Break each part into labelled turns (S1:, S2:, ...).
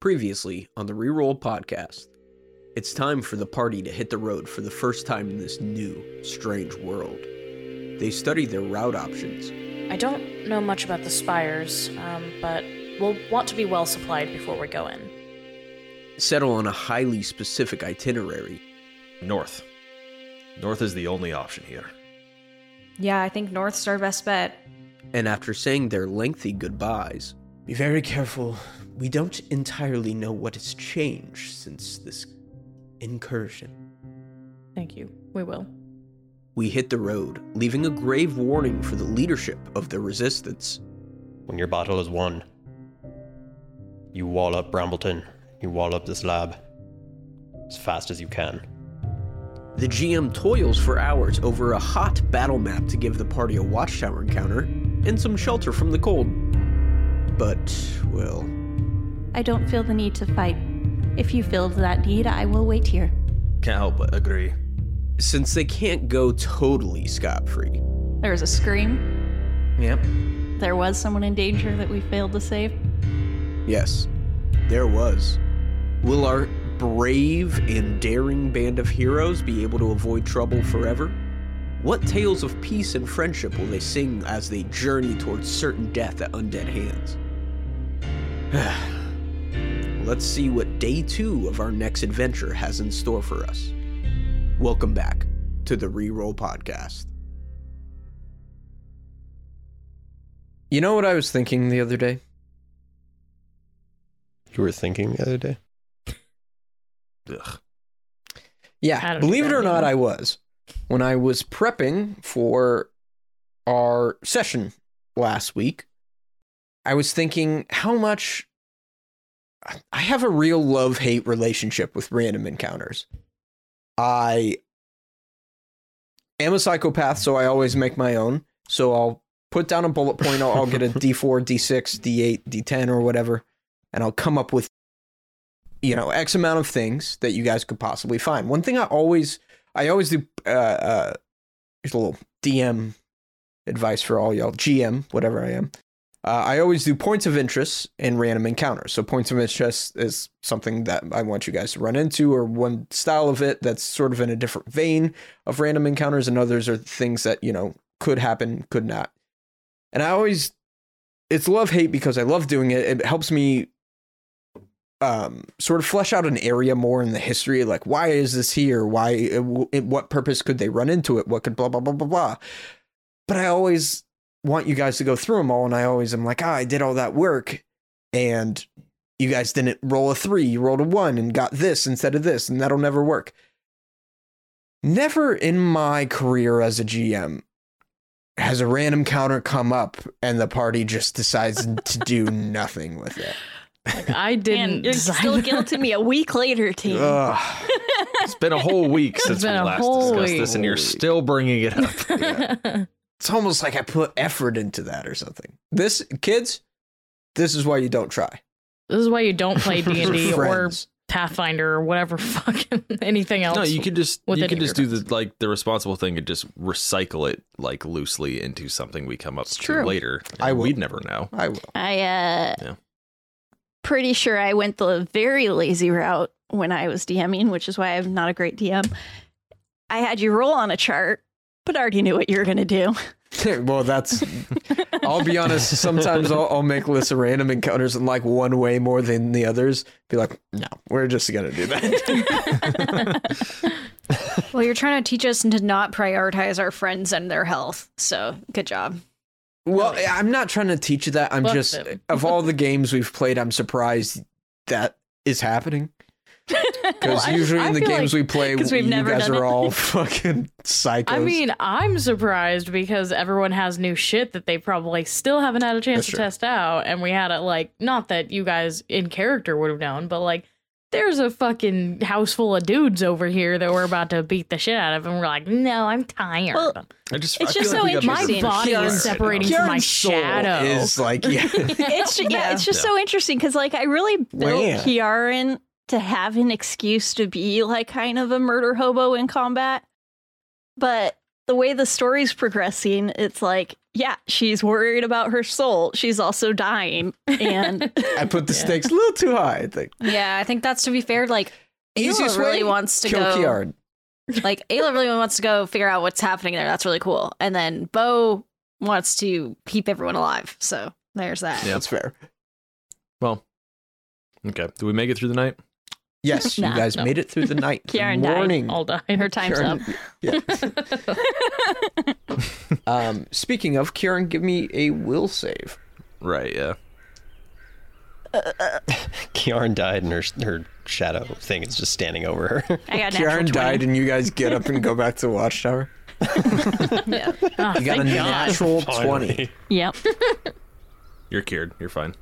S1: Previously on the Reroll podcast, it's time for the party to hit the road for the first time in this new, strange world. They study their route options.
S2: I don't know much about the spires, um, but we'll want to be well supplied before we go in.
S1: settle on a highly specific itinerary.
S3: North. North is the only option here.
S4: Yeah, I think North's our best bet.
S1: And after saying their lengthy goodbyes, be very careful. We don't entirely know what has changed since this incursion.
S2: Thank you. We will.
S1: We hit the road, leaving a grave warning for the leadership of the resistance.
S5: When your battle is won, you wall up Brambleton, you wall up this lab as fast as you can.
S1: The GM toils for hours over a hot battle map to give the party a watchtower encounter and some shelter from the cold. But, well,
S6: I don't feel the need to fight. If you feel that need, I will wait here.
S3: Can't help but agree.
S1: since they can't go totally scot free.
S6: There was a scream.
S1: Yep.
S6: There was someone in danger that we failed to save.
S1: Yes, there was. Will our brave and daring band of heroes be able to avoid trouble forever? What tales of peace and friendship will they sing as they journey towards certain death at undead hands? Let's see what day two of our next adventure has in store for us. Welcome back to the Reroll Podcast. You know what I was thinking the other day?
S5: You were thinking the other day?
S3: Ugh.
S2: I
S1: Yeah,
S2: don't
S1: believe it
S2: do
S1: or
S2: that
S1: not,
S2: anymore.
S1: I was. When I was prepping for our session last week, I was thinking how much I have a real love hate relationship with random encounters. I am a psychopath, so I always make my own. So I'll put down a bullet point, I'll, I'll get a D4, D6, D8, D10, or whatever, and I'll come up with you know x amount of things that you guys could possibly find one thing i always i always do uh uh here's a little dm advice for all y'all gm whatever i am uh, i always do points of interest and random encounters so points of interest is something that i want you guys to run into or one style of it that's sort of in a different vein of random encounters and others are things that you know could happen could not and i always it's love hate because i love doing it it helps me um, sort of flesh out an area more in the history, like why is this here? Why? It, w- it, what purpose could they run into it? What could blah blah blah blah blah? But I always want you guys to go through them all, and I always am like, ah, I did all that work, and you guys didn't roll a three, you rolled a one, and got this instead of this, and that'll never work. Never in my career as a GM has a random counter come up and the party just decides to do nothing with it.
S2: Like, I didn't.
S6: And you're
S2: design-
S6: still guilting me a week later, team.
S1: Ugh.
S3: It's been a whole week
S2: It's
S3: since we
S2: been a
S3: last
S2: whole
S3: discussed
S2: week.
S3: this, and you're
S1: Whole week.
S3: still bringing it up.
S1: it's almost like I put effort into that or something. This kids, this is why you don't try.
S2: this is why you don't play D
S1: These are
S2: and D or
S1: friends.
S2: Pathfinder or whatever fucking anything else.
S3: no, you could just
S2: with
S3: you
S2: an
S3: could just do the like the responsible thing and just recycle it like loosely into something we come up
S2: It's
S3: to
S2: true.
S3: later.
S1: I
S3: and
S1: will.
S3: We'd never know.
S1: I will.
S6: I, uh,
S3: Yeah.
S6: pretty sure I went the very lazy route when I was DMing, which is why I'm not a great DM. I had you roll on a chart, but I already knew what you were going to do.
S1: well, that's. I'll be honest. Sometimes I'll, I'll make lists of random encounters and like one way more than the others. Be like, no, we're just gonna do that.
S4: Well, you're trying to teach us to not prioritize our friends and their health. So good job.
S1: well, I'm not trying to teach you that. I'm
S2: Fuck
S1: just
S2: them.
S1: of all the games we've played, I'm surprised that is happening.
S6: Well,
S1: Because
S6: I-
S1: usually
S6: I
S1: in the
S6: feel
S1: games
S6: like-
S1: we play,
S6: 'cause we've
S1: you
S6: never
S1: guys
S6: done
S1: are
S6: it.
S1: all fucking psychos.
S2: I mean, I'm surprised because everyone has new shit that they probably still haven't had a chance
S1: That's
S2: to
S1: true.
S2: test out. And we had it like, not that you guys in character would have known, but like, there's a fucking house full of dudes over here that we're about to beat the shit out of. And we're like, no, I'm tired.
S6: Well,
S3: I just
S6: It's
S3: I feel
S6: just
S3: like
S6: so
S3: we got
S2: my
S3: bigger
S2: body
S6: interesting.
S3: fish to
S2: is
S3: fry right
S2: separating
S3: now.
S2: from my
S1: Kieran's soul
S2: shadow.
S1: is like yeah.
S6: it's ju- yeah, it's just so interesting because like I really built
S1: Man.
S6: Kiaran to have an excuse to be like kind of a murder hobo in combat, but the way the story's progressing, it's like yeah, she's worried about her soul. She's also dying. And
S1: I put the
S2: Yeah.
S1: stakes a little too high. I think
S4: Yeah, I think that's to be fair. Like Ayla
S1: Easiest way,
S4: really wants to
S1: kill
S4: go.
S1: Kiard.
S4: Like Ayla really wants to go figure out what's happening there. That's really cool. And then Bo wants to keep everyone alive. So there's that.
S3: Yeah.
S1: That's fair.
S3: Well, okay. Do we make it through the night?
S1: Yes,
S6: Nah,
S1: you guys
S2: no.
S1: made it through the night.
S6: Kiaren died.
S1: Morning.
S2: All die.
S6: her time's up.
S1: Kieran- Um, speaking of, Kieran, give me a will save.
S3: Right. Yeah.
S5: Kiarn died, and her her shadow thing is just standing over her.
S6: I got an
S1: Kieran died, and you guys get up and go back to the watchtower.
S4: Yeah.
S2: Ah,
S1: You got a
S2: thank God.
S1: natural twenty.
S5: Finally.
S6: Yep.
S3: You're cured. You're fine.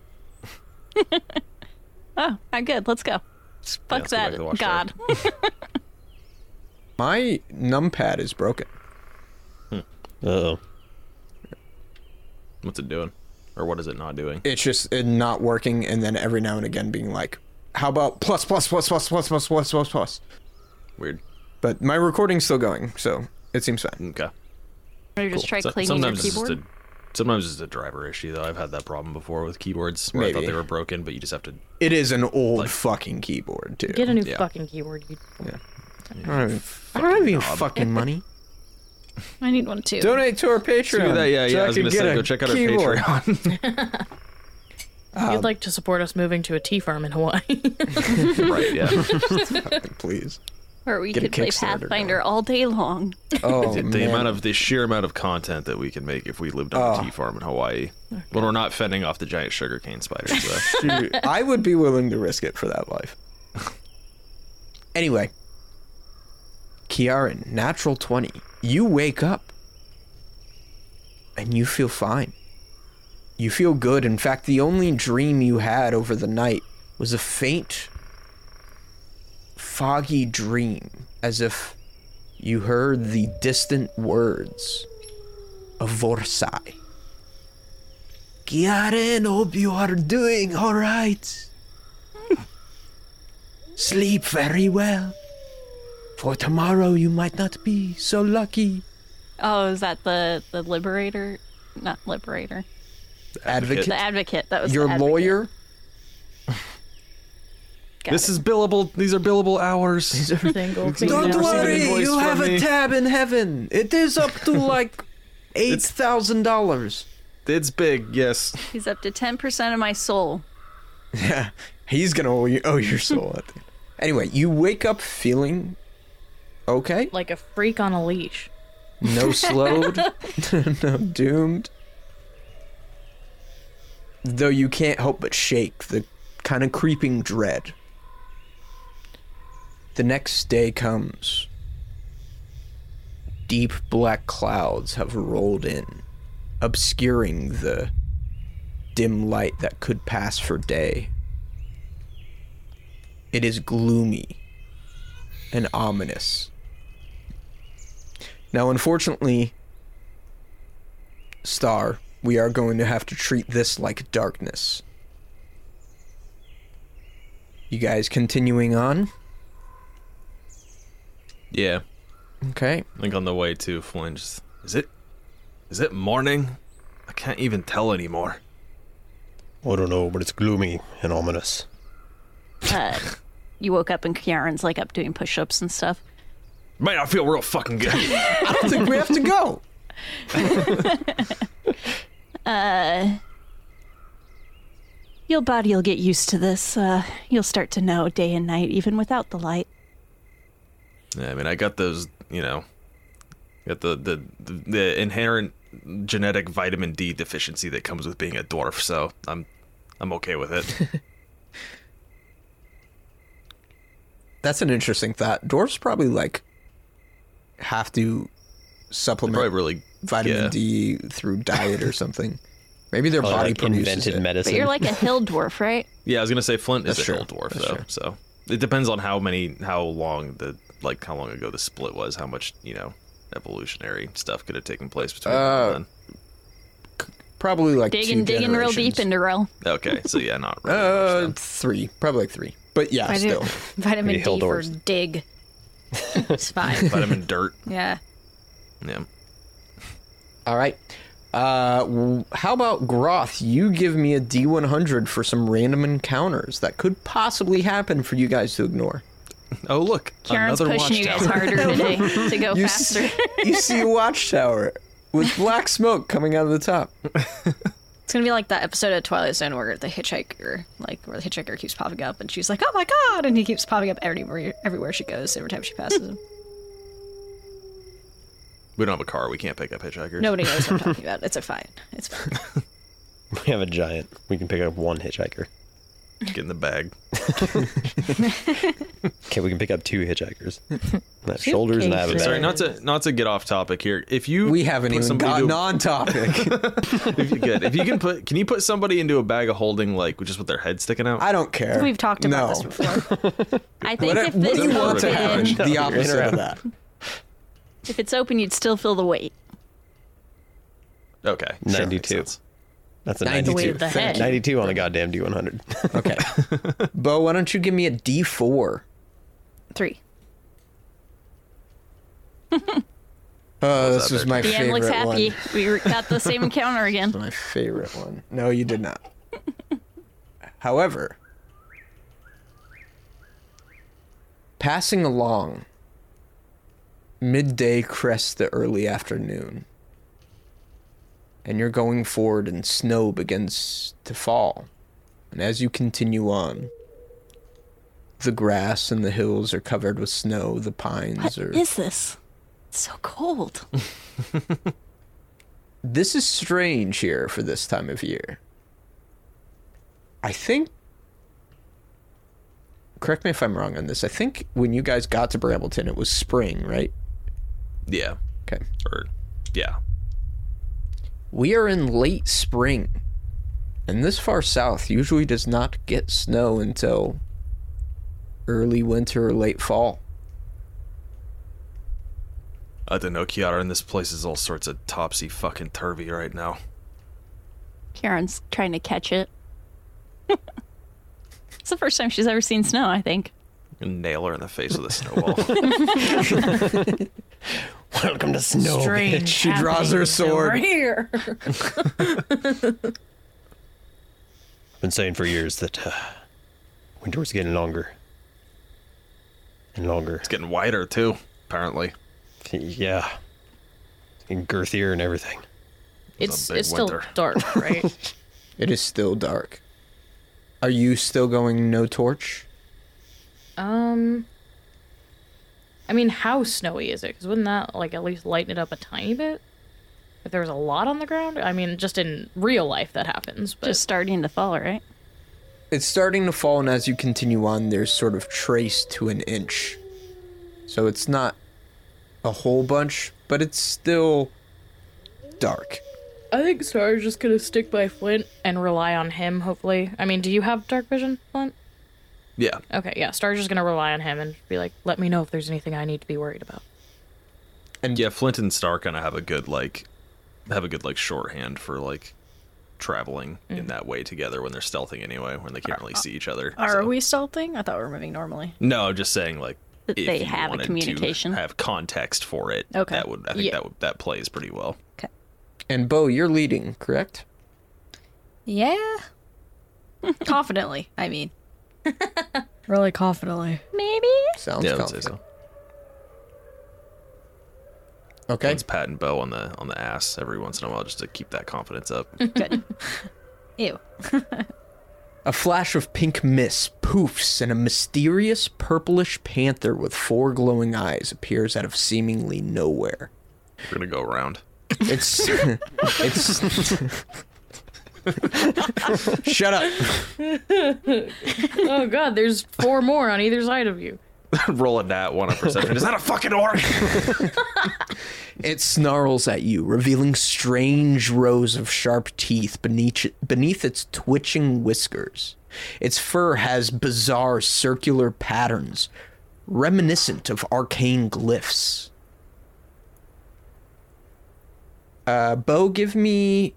S6: Oh, I'm good. Let's go. Fuck
S3: let's go back to the
S6: that.
S3: watchtower.
S6: God.
S1: My numpad is broken.
S5: Uh-oh.
S3: What's it doing? Or what is it not doing?
S1: It's just it not working, and then every now and again being like, "How about plus plus plus plus plus plus plus plus plus?"
S3: Weird.
S1: But my recording's still going, so it seems fine.
S3: Okay.
S6: Or just try
S3: So-
S6: cleaning your
S3: sometimes it's just
S6: keyboard.
S3: a sometimes it's a driver issue though. I've had that problem before with keyboards where I thought
S1: Maybe.
S3: they were broken, but you just have to
S1: It is an old fucking keyboard too.
S2: Get a new
S3: Yeah.
S2: fucking keyboard. You...
S1: I don't have any fucking, I don't have any fucking money.
S4: I need one too.
S1: Donate to our Patreon.
S3: do that. Yeah,
S1: so
S3: yeah. I was
S1: can
S3: gonna
S1: get
S3: say
S1: a
S3: go check out
S1: keyboard.
S3: our Patreon.
S1: Um,
S2: You'd like to support us moving to a tea farm in Hawaii.
S3: right. Yeah.
S1: Please.
S6: Or we
S1: Get a
S6: could play
S1: Kickstarter
S6: Pathfinder all day long.
S1: Oh,
S3: the, the
S1: man.
S3: amount of the sheer amount of content that we can make if we lived on
S1: Oh.
S3: a tea farm in Hawaii, when we're not fending off the giant sugarcane spiders. So.
S1: Dude, I would be willing to risk it for that life. Anyway, Kiaran, natural 20. You wake up and you feel fine. You feel good. In fact, the only dream you had over the night was a faint, foggy dream, as if you heard the distant words of Vorsai. Kiaren, hope you are doing all right. Sleep very well. For tomorrow you might not be so lucky.
S6: Oh, is that the, the liberator? Not liberator.
S1: Advocate,
S6: The advocate. That was the
S1: your
S6: advocate.
S1: lawyer.
S6: Got
S3: this
S6: it.
S3: is billable. These are billable hours.
S2: Single
S1: Don't
S2: female.
S1: worry,
S3: invoice
S1: you
S3: from
S1: have a
S3: me.
S1: tab in heaven. It is up to like eight thousand dollars.
S3: It's big. Yes.
S6: He's up to 10% of my soul.
S1: Yeah, he's gonna owe, you, owe your soul. at the end. anyway, you wake up feeling okay.
S2: Like a freak on a leash.
S1: No slowed, no doomed. Though you can't help but shake the kind of creeping dread. The next day comes. Deep black clouds have rolled in, obscuring the dim light that could pass for day. It is gloomy and ominous. Now, unfortunately, Star, we are going to have to treat this like darkness. You guys continuing on?
S3: Yeah.
S1: Okay.
S3: I think on the way to Flynn, just is it? Is it morning? I can't even tell anymore.
S5: I don't know, but it's gloomy and ominous.
S6: Uh, you woke up and Kiaran's like up doing push ups and stuff.
S3: Man, I feel real fucking good.
S1: I don't think we have to go.
S6: Your body'll get used to this. Uh, you'll start to know day and night, even without the light.
S3: Yeah, I mean, I got those, you know, got the, the the the inherent genetic vitamin D deficiency that comes with being a dwarf, so I'm I'm okay with it.
S1: That's an interesting thought. Dwarves probably like have to supplement
S3: Probably really
S1: vitamin
S3: yeah.
S1: D through diet or something. Maybe their
S5: Probably,
S1: body
S5: like,
S1: produces
S5: invented
S1: it.
S5: medicine.
S6: But you're like a hill dwarf, right?
S3: Yeah, I was gonna say Flint
S1: That's
S3: is
S1: true.
S3: a hill dwarf
S1: That's
S3: though,
S1: true.
S3: so it depends on how many, how long the like how long ago the split was, how much you know evolutionary stuff could have taken place between now
S1: Uh,
S3: and
S1: probably like
S6: Digging,
S1: two
S6: digging real deep
S1: generations.
S6: into real.
S3: then. Okay, so yeah, not really.
S1: uh three, probably like three. But yeah,
S4: Vitamin-
S1: still.
S4: Vitamin
S5: Maybe
S4: D for
S5: Hilldor's.
S4: dig. it's fine.
S1: Uh.
S3: vitamin dirt.
S4: Yeah.
S3: Yeah,
S1: All right. Uh, w- how about Groth? You give me a D100 for some random encounters that could possibly happen for you guys to ignore.
S3: Oh look,
S6: Karen's
S3: another
S6: pushing you guys
S3: watchtower.
S6: harder today to go
S1: You s-
S6: faster.
S1: you see a watchtower with black smoke coming out of the top.
S4: It's gonna be like that episode of Twilight Zone where the hitchhiker, like where the hitchhiker keeps popping up, and she's like, "Oh my god!" and he keeps popping up everywhere, everywhere she goes, every time she passes him.
S3: We don't have a car. We can't pick up hitchhikers.
S4: Nobody knows what I'm talking about. It's a fine. It's fine.
S5: We have a giant. We can pick up one hitchhiker.
S3: Get in the bag.
S5: Okay, we can pick up two hitchhikers. I have shoulders and I have a
S2: Suitcases.
S3: Sorry,
S5: bag.
S3: not to not to get off topic here. If you
S1: We haven't
S3: put
S1: even gotten
S3: somebody into-
S1: on topic.
S3: if you could, if you can put, can you put somebody into a bag of holding like just with their head sticking out?
S1: I don't care.
S4: We've talked about
S1: no.
S4: this before.
S6: I think
S1: What,
S6: if
S1: what
S6: this
S1: do you want to
S3: open-
S6: open,
S1: happen?
S5: No,
S1: the
S5: you're
S1: opposite of
S5: interrupting.
S1: that.
S6: if it's open, you'd still feel the weight.
S3: okay, sure, makes
S5: 92.
S3: sense.
S5: That's a
S2: The weight
S5: 92.
S2: of the
S1: Thank
S2: head.
S5: 92 on the goddamn D100.
S1: Okay. Bo, why don't you give me a D4?
S4: Three.
S1: Oh, this
S3: was that
S1: was
S3: there?
S1: my
S6: DM
S1: favorite
S6: looks happy.
S1: one.
S6: We re- got the same encounter again.
S1: My favorite one. No, you did not. However, passing along, midday crests the early afternoon, and you're going forward, and snow begins to fall. And as you continue on, the grass and the hills are covered with snow. The pines
S6: What
S1: are.
S6: is this? It's so cold.
S1: this is strange here for this time of year. I think. Correct me if I'm wrong on this. I think when you guys got to Brambleton, it was spring, right?
S3: Yeah,
S1: Okay.
S3: or yeah,
S1: We are in late spring, and this far south usually does not get snow until early winter or late fall.
S3: I don't know, Kiara, and this place is all sorts of topsy fucking turvy right now.
S6: Karen's trying to catch it. it's the first time she's ever seen snow, I think.
S3: And nail her in the face with a snowball.
S5: Welcome to snow.
S2: Strange.
S1: She draws her
S2: happenings
S1: sword.
S2: over here.
S5: Been saying for years that uh, winter was getting longer and longer.
S3: it's getting wider too, apparently.
S5: Yeah. And girthier and everything.
S2: It's
S3: big
S2: it's still
S3: winter.
S2: dark, right?
S1: It is still dark. Are you still going no torch?
S2: um, I mean, how snowy is it? Because wouldn't that like at least lighten it up a tiny bit? If there was a lot on the ground, I mean, just in real life that happens. But
S6: Just starting to fall, right?
S1: It's starting to fall, and as you continue on, there's sort of trace to an inch. So it's not a whole bunch, but it's still dark.
S2: I think Star's just gonna stick by Flint and rely on him. Hopefully, I mean, do you have dark vision, Flint?
S3: Yeah,
S2: Okay, yeah. Star's just gonna rely on him and be like, "Let me know if there's anything I need to be worried about."
S3: yeah. Flint and Star kind of have a good like, have a good like shorthand for like traveling in that way together when they're stealthing anyway, when they can't really see each other.
S4: Mm. Are
S3: so-
S4: we stealthing? I thought we were moving normally.
S3: No, I'm just saying like
S6: That
S3: if
S6: they
S3: you
S6: have a
S3: wanted to
S6: communication.
S3: have context for it.
S4: Okay.
S3: that would I think
S2: Yeah.
S3: that would, that plays pretty well.
S1: And Bo, you're leading, correct?
S4: Yeah. confidently, I mean. really confidently.
S6: Maybe.
S1: Sounds
S3: yeah, I would say
S1: confident.
S3: so.
S1: Okay.
S3: It's Pat and Bo on the on the ass every once in a while just to keep that confidence up.
S4: Good. Ew.
S1: A flash of pink mist poofs, and a mysterious purplish panther with four glowing eyes appears out of seemingly nowhere.
S3: We're gonna go around.
S1: It's it's Shut up.
S2: oh God, there's four more on either side of you.
S3: Roll a nat one on perception. Is that a fucking orc?
S1: It snarls at you, revealing strange rows of sharp teeth beneath, beneath its twitching whiskers. Its fur has bizarre circular patterns, reminiscent of arcane glyphs. Uh, Bo, give me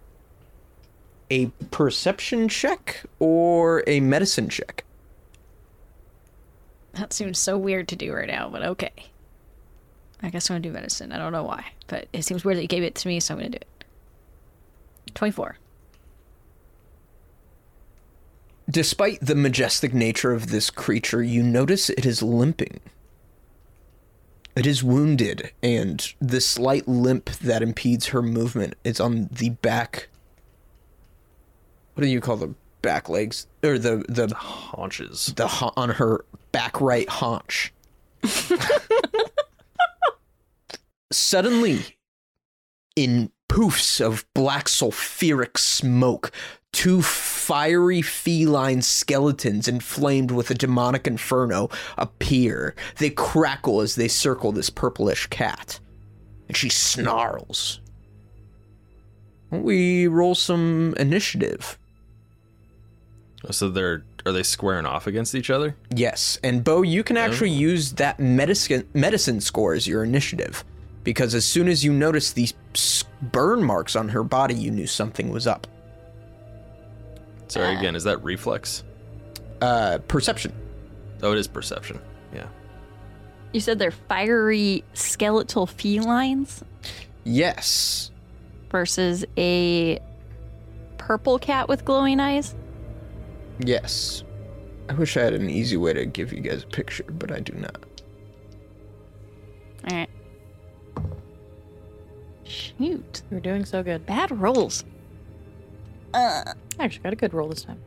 S1: a perception check or a medicine check.
S4: That seems so weird to do right now, but okay. I guess I'm gonna do medicine. I don't know why, but it seems weird that you gave it to me, so I'm gonna do it. 24.
S1: Despite the majestic nature of this creature, you notice it is limping. It is wounded, and the slight limp that impedes her movement is on the back. What do you call the back legs or the the
S3: Haunches.
S1: the ha- on her back right haunch? Suddenly, in poofs of black sulfuric smoke, two fiery feline skeletons inflamed with a demonic inferno appear. They crackle as they circle this purplish cat. And she snarls. Why don't We roll some initiative.
S3: So they're are they squaring off against each other?
S1: Yes, and Bo, you can actually use that medicine medicine score as your initiative, because as soon as you noticed these s- burn marks on her body, you knew something was up.
S3: Sorry again, is that reflex?
S1: Uh, perception.
S3: Oh, it is perception. Yeah.
S6: You said they're fiery skeletal felines
S1: Yes.
S6: versus a purple cat with glowing eyes.
S1: Yes. I wish I had an easy way to give you guys a picture, but I do not.
S6: All right. Shoot.
S2: You're doing so good.
S6: Bad rolls.
S2: I actually got a good roll this time.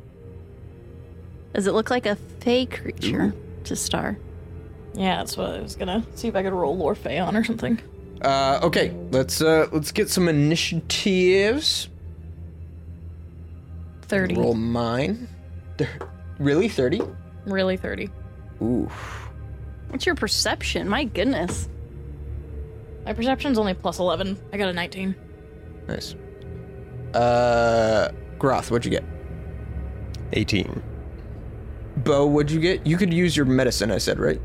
S6: Does it look like a fey creature to Star?
S2: Yeah, that's what I was gonna see if I could roll lore fey on or something.
S1: Uh, okay, let's uh, let's get some initiatives.
S2: Thirty,
S1: Roll mine. Thir- really, thirty?
S2: really thirty.
S1: Ooh.
S6: What's your perception? My goodness.
S2: My perception's only plus eleven. I got a nineteen.
S1: Nice. Uh, Groth, what'd you get?
S5: 18.
S1: Bo, what'd you get? You could use your medicine, I said, right?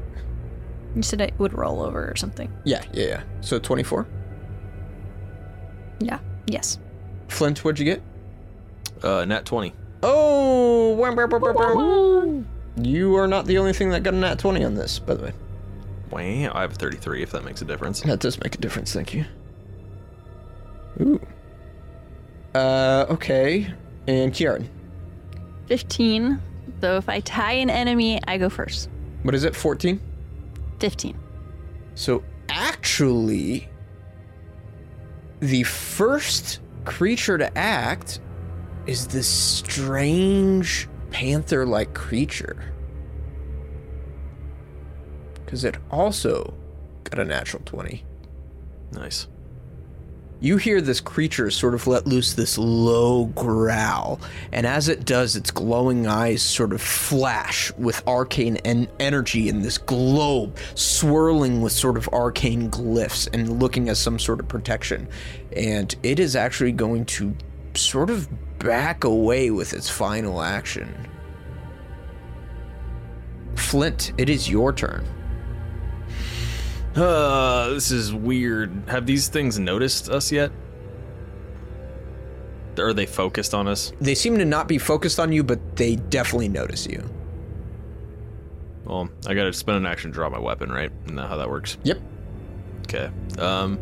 S4: You said it would roll over or something.
S1: Yeah, yeah, yeah. So 24.
S4: Yeah. Yes.
S1: Flint, what'd you get?
S3: Uh, nat twenty.
S1: Oh, wham, brr, brr, brr, brr. you are not the only thing that got a nat 20 on this, by the way.
S3: Wow, I have thirty three. If that makes a difference.
S1: That does make a difference, thank you. Ooh. Uh, okay. And Kieran,
S6: 15. Though if I tie an enemy, I go first.
S1: what is it? 14?
S6: 15.
S1: So actually, the first creature to act is this strange panther like creature. Because it also got a natural 20.
S3: Nice.
S1: You hear this creature sort of let loose this low growl, and as it does, its glowing eyes sort of flash with arcane en- energy in this globe, swirling with sort of arcane glyphs and looking as some sort of protection. And it is actually going to sort of back away with its final action. Flint, it is your turn.
S3: Uh, this is weird. Have these things noticed us yet? Are they focused on us?
S1: They seem to not be focused on you, but they definitely notice you.
S3: Well, I gotta spend an action to draw my weapon, right? You know how that works.
S1: Yep.
S3: Okay. Um.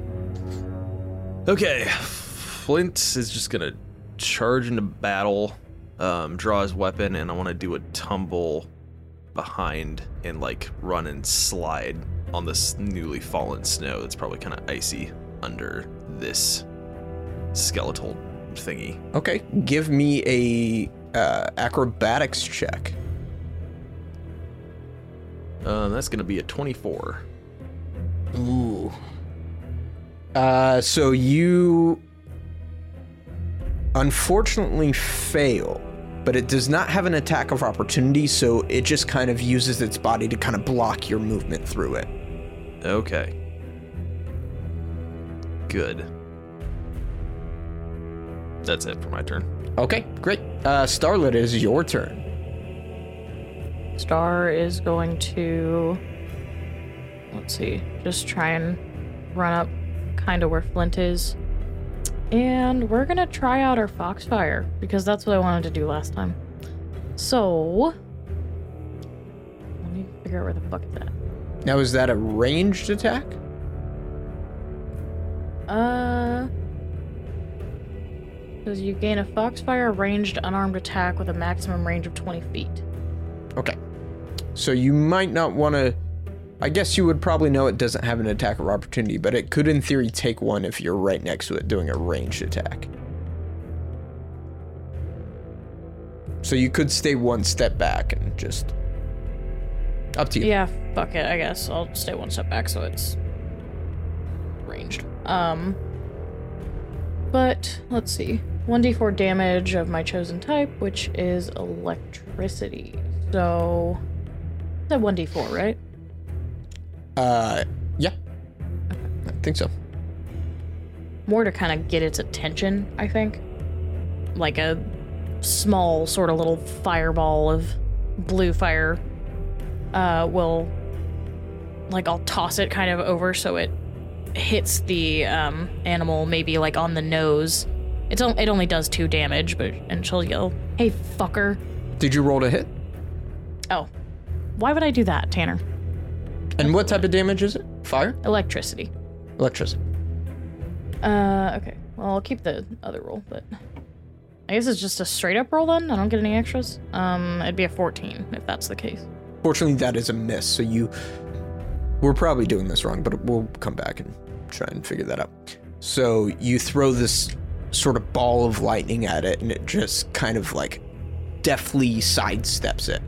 S3: Okay. Flint is just gonna charge into battle, um, draw his weapon, and I want to do a tumble behind and like run and slide on this newly fallen snow that's probably kind of icy under this skeletal thingy.
S1: Okay, give me a uh, acrobatics check.
S3: Uh, that's gonna be a 24.
S1: Ooh. Uh, so you unfortunately fail, but it does not have an attack of opportunity, so it just kind of uses its body to kind of block your movement through it.
S3: Okay. Good. That's it for my turn.
S1: Okay, great. Uh, Starlit, it is your turn.
S2: Star is going to. Let's see. Just try and run up kind of where Flint is. And we're going to try out our Foxfire because that's what I wanted to do last time. So. Let me figure out where the fuck it's at.
S1: Now, is that a ranged attack?
S2: Uh. Says you gain a foxfire ranged unarmed attack with a maximum range of 20 feet.
S1: Okay. So you might not want to. I guess you would probably know it doesn't have an attack of opportunity, but it could, in theory, take one if you're right next to it doing a ranged attack. So you could stay one step back and just. Up to you.
S2: Yeah, fuck it, I guess. I'll stay one step back so it's ranged. Um but let's see. 1d4 damage of my chosen type, which is electricity. So that 1d4, right?
S1: Uh, yeah. I think so.
S2: More to kind of get its attention, I think. Like a small sort of little fireball of blue fire uh, will like I'll toss it kind of over so it hits the um, animal maybe like on the nose. It's on, it only does two damage, but and she'll yell, "Hey fucker!"
S1: Did you roll to hit?
S2: Oh, why would I do that, Tanner?
S1: And what type of damage is it? Fire?
S2: Electricity.
S1: Electricity.
S2: Uh, okay. Well, I'll keep the other roll, but I guess it's just a straight up roll then. I don't get any extras. Um, it'd be a fourteen if that's the case.
S1: Fortunately, that is a miss. So you, we're probably doing this wrong, but we'll come back and try and figure that out. So you throw this sort of ball of lightning at it, and it just kind of like deftly sidesteps it,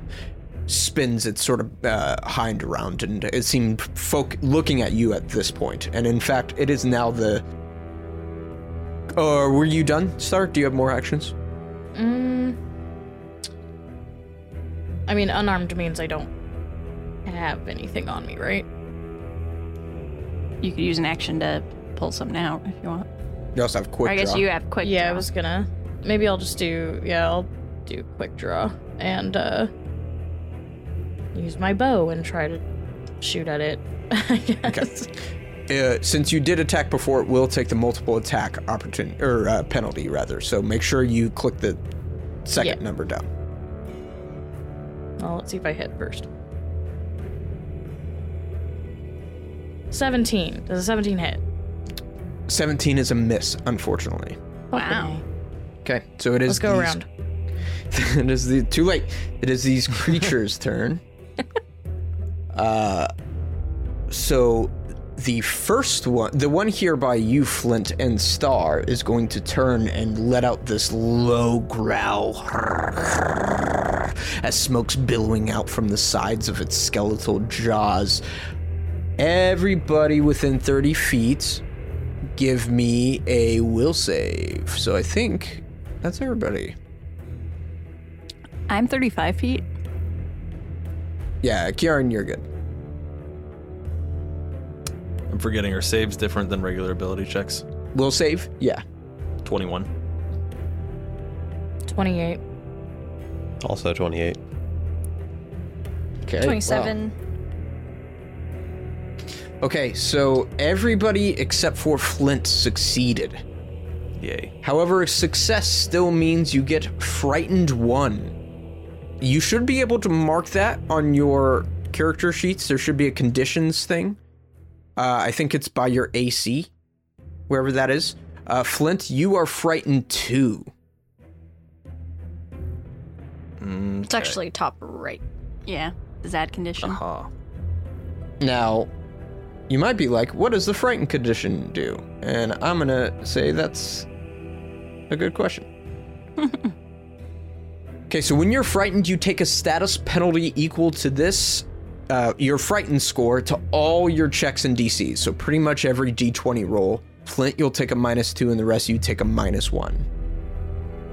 S1: spins its sort of uh, hind around, and it seemed folk looking at you at this point. And in fact, it is now the. Or were you done, Star? Do you have more actions?
S2: Mm. I mean, unarmed means I don't have anything on me, right?
S6: You could use an action to pull something out if you want.
S1: You also have quick
S6: I guess
S1: draw.
S6: you have quick.
S2: yeah,
S6: draw.
S2: I was gonna. Maybe I'll just do. Yeah, I'll do quick draw and uh, use my bow and try to shoot at it. I guess.
S1: Uh, since you did attack before, it will take the multiple attack opportunity or uh, penalty rather. So make sure you click the second
S2: Yeah.
S1: number down.
S2: Well, let's see if I hit first. 17. Does a 17 hit?
S1: Seventeen is a miss, unfortunately.
S6: Wow.
S1: Okay, so it is.
S2: Let's go
S1: these-
S2: around.
S1: it is the too late. It is these creatures' turn. Uh, so the first one, the one here by you, Flint and Star, is going to turn and let out this low growl as smoke's billowing out from the sides of its skeletal jaws. Everybody within 30 feet, give me a will save. So I think that's everybody.
S6: I'm 35 feet.
S1: Yeah, Kieran, you're good.
S3: I'm forgetting. Are saves different than regular ability checks?
S1: Will save? Yeah.
S3: 21.
S2: 28.
S5: Also 28.
S1: Okay. wow.
S4: 27.
S1: Okay, so everybody except for Flint succeeded.
S3: Yay.
S1: However, success still means you get frightened one. You should be able to mark that on your character sheets. There should be a conditions thing. Uh, I think it's by your AC, wherever that is. Uh, Flint, you are frightened two.
S3: Mm,
S4: It's actually top right.
S6: Yeah. Does that condition?
S5: Uh-huh.
S3: Aha.
S1: Now, you might be like, what does the frightened condition do? And I'm going to say that's a good question. okay, so when you're frightened, you take a status penalty equal to this. Uh, your frightened score to all your checks and DCs. So pretty much every D20 roll. Flint, you'll take a minus two, and the rest of you take a minus one.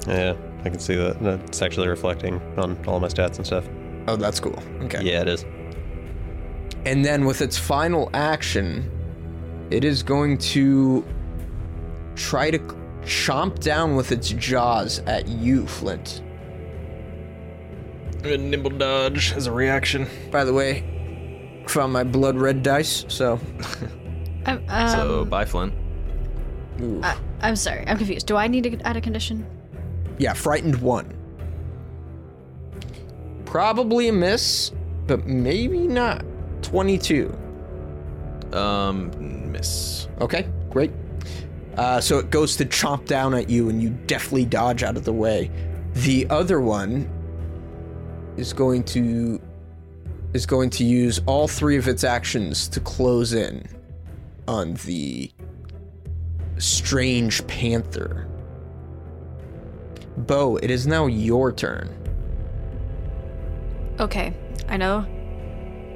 S5: Yeah, I can see that. That's actually reflecting on all my stats and stuff.
S1: Oh, that's cool. Okay.
S5: Yeah, it is.
S1: And then with its final action, it is going to try to chomp down with its jaws at you, Flint.
S3: A nimble dodge as a reaction.
S1: By the way, found my blood red dice, so
S4: I'm, um,
S3: so bye, Flynn.
S1: ooh.
S4: I, I'm sorry. I'm confused. Do I need to add a condition?
S1: yeah, frightened one. Probably a miss, but maybe not. 22.
S3: Um, miss.
S1: Okay, great. Uh, so it goes to chomp down at you, and you deftly dodge out of the way. The other one is going to is going to use all three of its actions to close in on the strange panther. Bo, it is now your turn.
S4: Okay, I know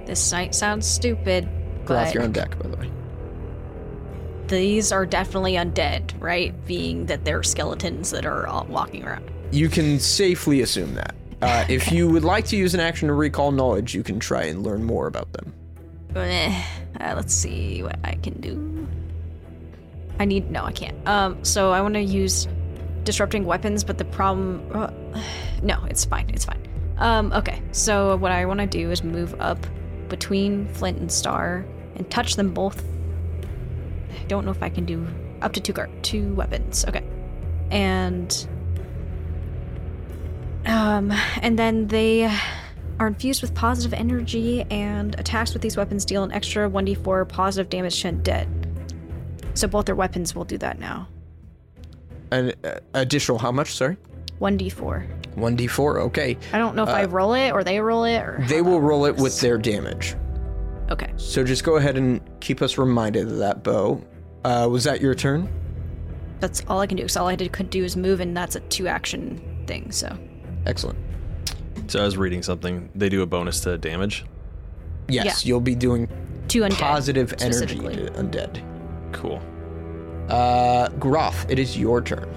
S4: this night sounds stupid,
S1: Groth,
S4: but
S1: you're on deck, by the way.
S4: these are definitely undead, right? Being that they're skeletons that are all walking around.
S1: You can safely assume that. Uh, if you would like to use an action to recall knowledge, you can try and learn more about them.
S4: Eh, uh, let's see what I can do. I need no, I can't. Um, so I want to use disrupting weapons, but the problem, uh, no, it's fine, it's fine. Um, okay, so what I want to do is move up between Flint and Star and touch them both. I don't know if I can do up to two guard, two weapons. Okay, and um, and then they are infused with positive energy, and attacks with these weapons deal an extra 1d4 positive damage to undead. So both their weapons will do that now.
S1: An uh, additional how much? Sorry,
S4: 1d4.
S1: 1d4. Okay,
S4: I don't know if I roll it or they roll it or.
S1: Uh, they will roll it with their damage.
S4: Okay.
S1: So just go ahead and keep us reminded of that, Bo. Uh, was that your turn?
S4: That's all I can do because all I did, could do is move, and that's a two action thing, so.
S1: Excellent.
S3: So I was reading something. They do a bonus to damage.
S1: Yes, you'll be doing
S4: Two undead.
S1: positive energy
S4: specifically.
S1: to undead.
S3: Cool.
S1: Uh, Groth, it is your turn.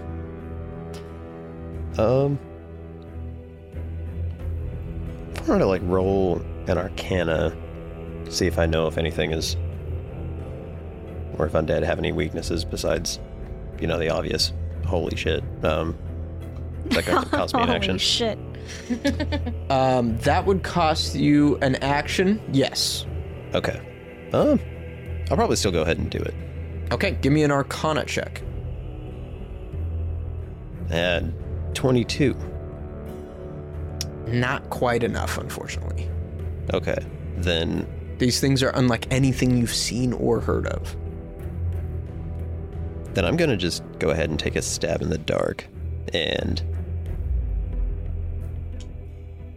S5: Um, if I were to like roll an Arcana, see if I know if anything is, or if undead have any weaknesses besides, you know, the obvious. Holy shit. Um, that could cost me an
S4: Holy
S5: action.
S4: shit.
S1: Um, that would cost you an action. Yes.
S5: Okay. Um, I'll probably still go ahead and do it.
S1: Okay, give me an Arcana check.
S5: And 22.
S1: Not quite enough, unfortunately.
S5: Okay. Then
S1: These things are unlike anything you've seen or heard of.
S5: then I'm gonna just go ahead and take a stab in the dark, and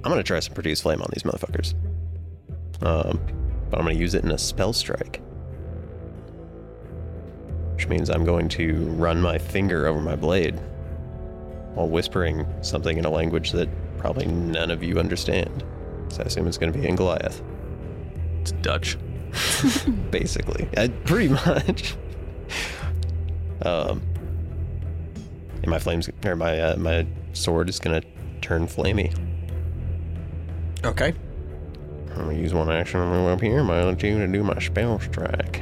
S5: I'm gonna try some produce flame on these motherfuckers. Um, but I'm gonna use it in a spell strike, which means I'm going to run my finger over my blade while whispering something in a language that probably none of you understand. So I assume it's gonna be in Goliath,
S3: It's Dutch.
S5: basically, I, pretty much. Um, and my flames or my uh, my sword is gonna turn flamey.
S1: Okay.
S5: I'm gonna use one action to move up here, my other two to do my spell strike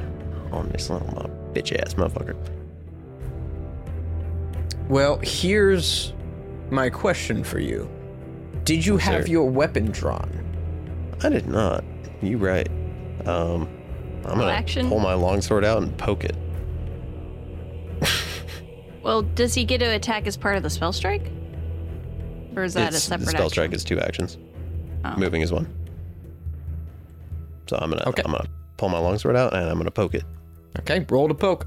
S5: on this little my bitch ass motherfucker.
S1: Well, here's my question for you. Did you have
S5: sir.
S1: your weapon drawn?
S5: I did not. You right. Um, I'm gonna
S6: action?
S5: pull my longsword out and poke it.
S6: Well, does he get to attack as part of the spell strike? Or is that a
S5: It's-
S6: separate
S5: the spell
S6: action?
S5: strike is two actions.
S6: Oh.
S5: Moving is one. So I'm gonna
S1: Okay.
S5: I'm gonna pull my longsword out and I'm gonna poke it.
S1: Okay, roll to poke.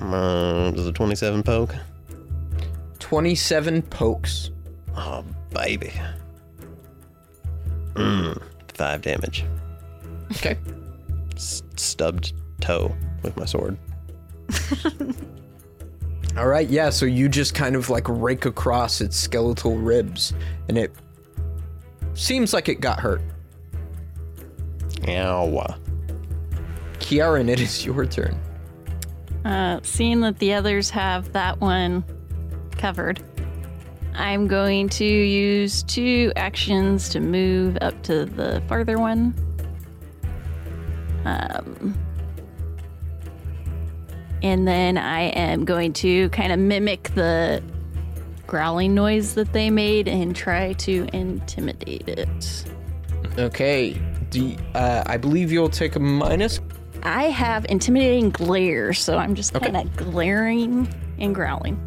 S5: Uh, does a 27 poke?
S1: 27 pokes.
S5: Oh, baby. Mm, five damage.
S1: Okay.
S5: S- stubbed toe with my sword.
S1: All right, yeah, so you just kind of like rake across its skeletal ribs, and it seems like it got hurt.
S5: Ow.
S1: Kiaran, it is your turn.
S6: Uh, seeing that the others have that one covered, I'm going to use two actions to move up to the farther one. Um, and then I am going to kind of mimic the growling noise that they made and try to intimidate it.
S1: Okay, the, uh, I believe you'll take a minus.
S6: I have intimidating glare, so I'm just
S1: Okay.
S6: kind of glaring and growling.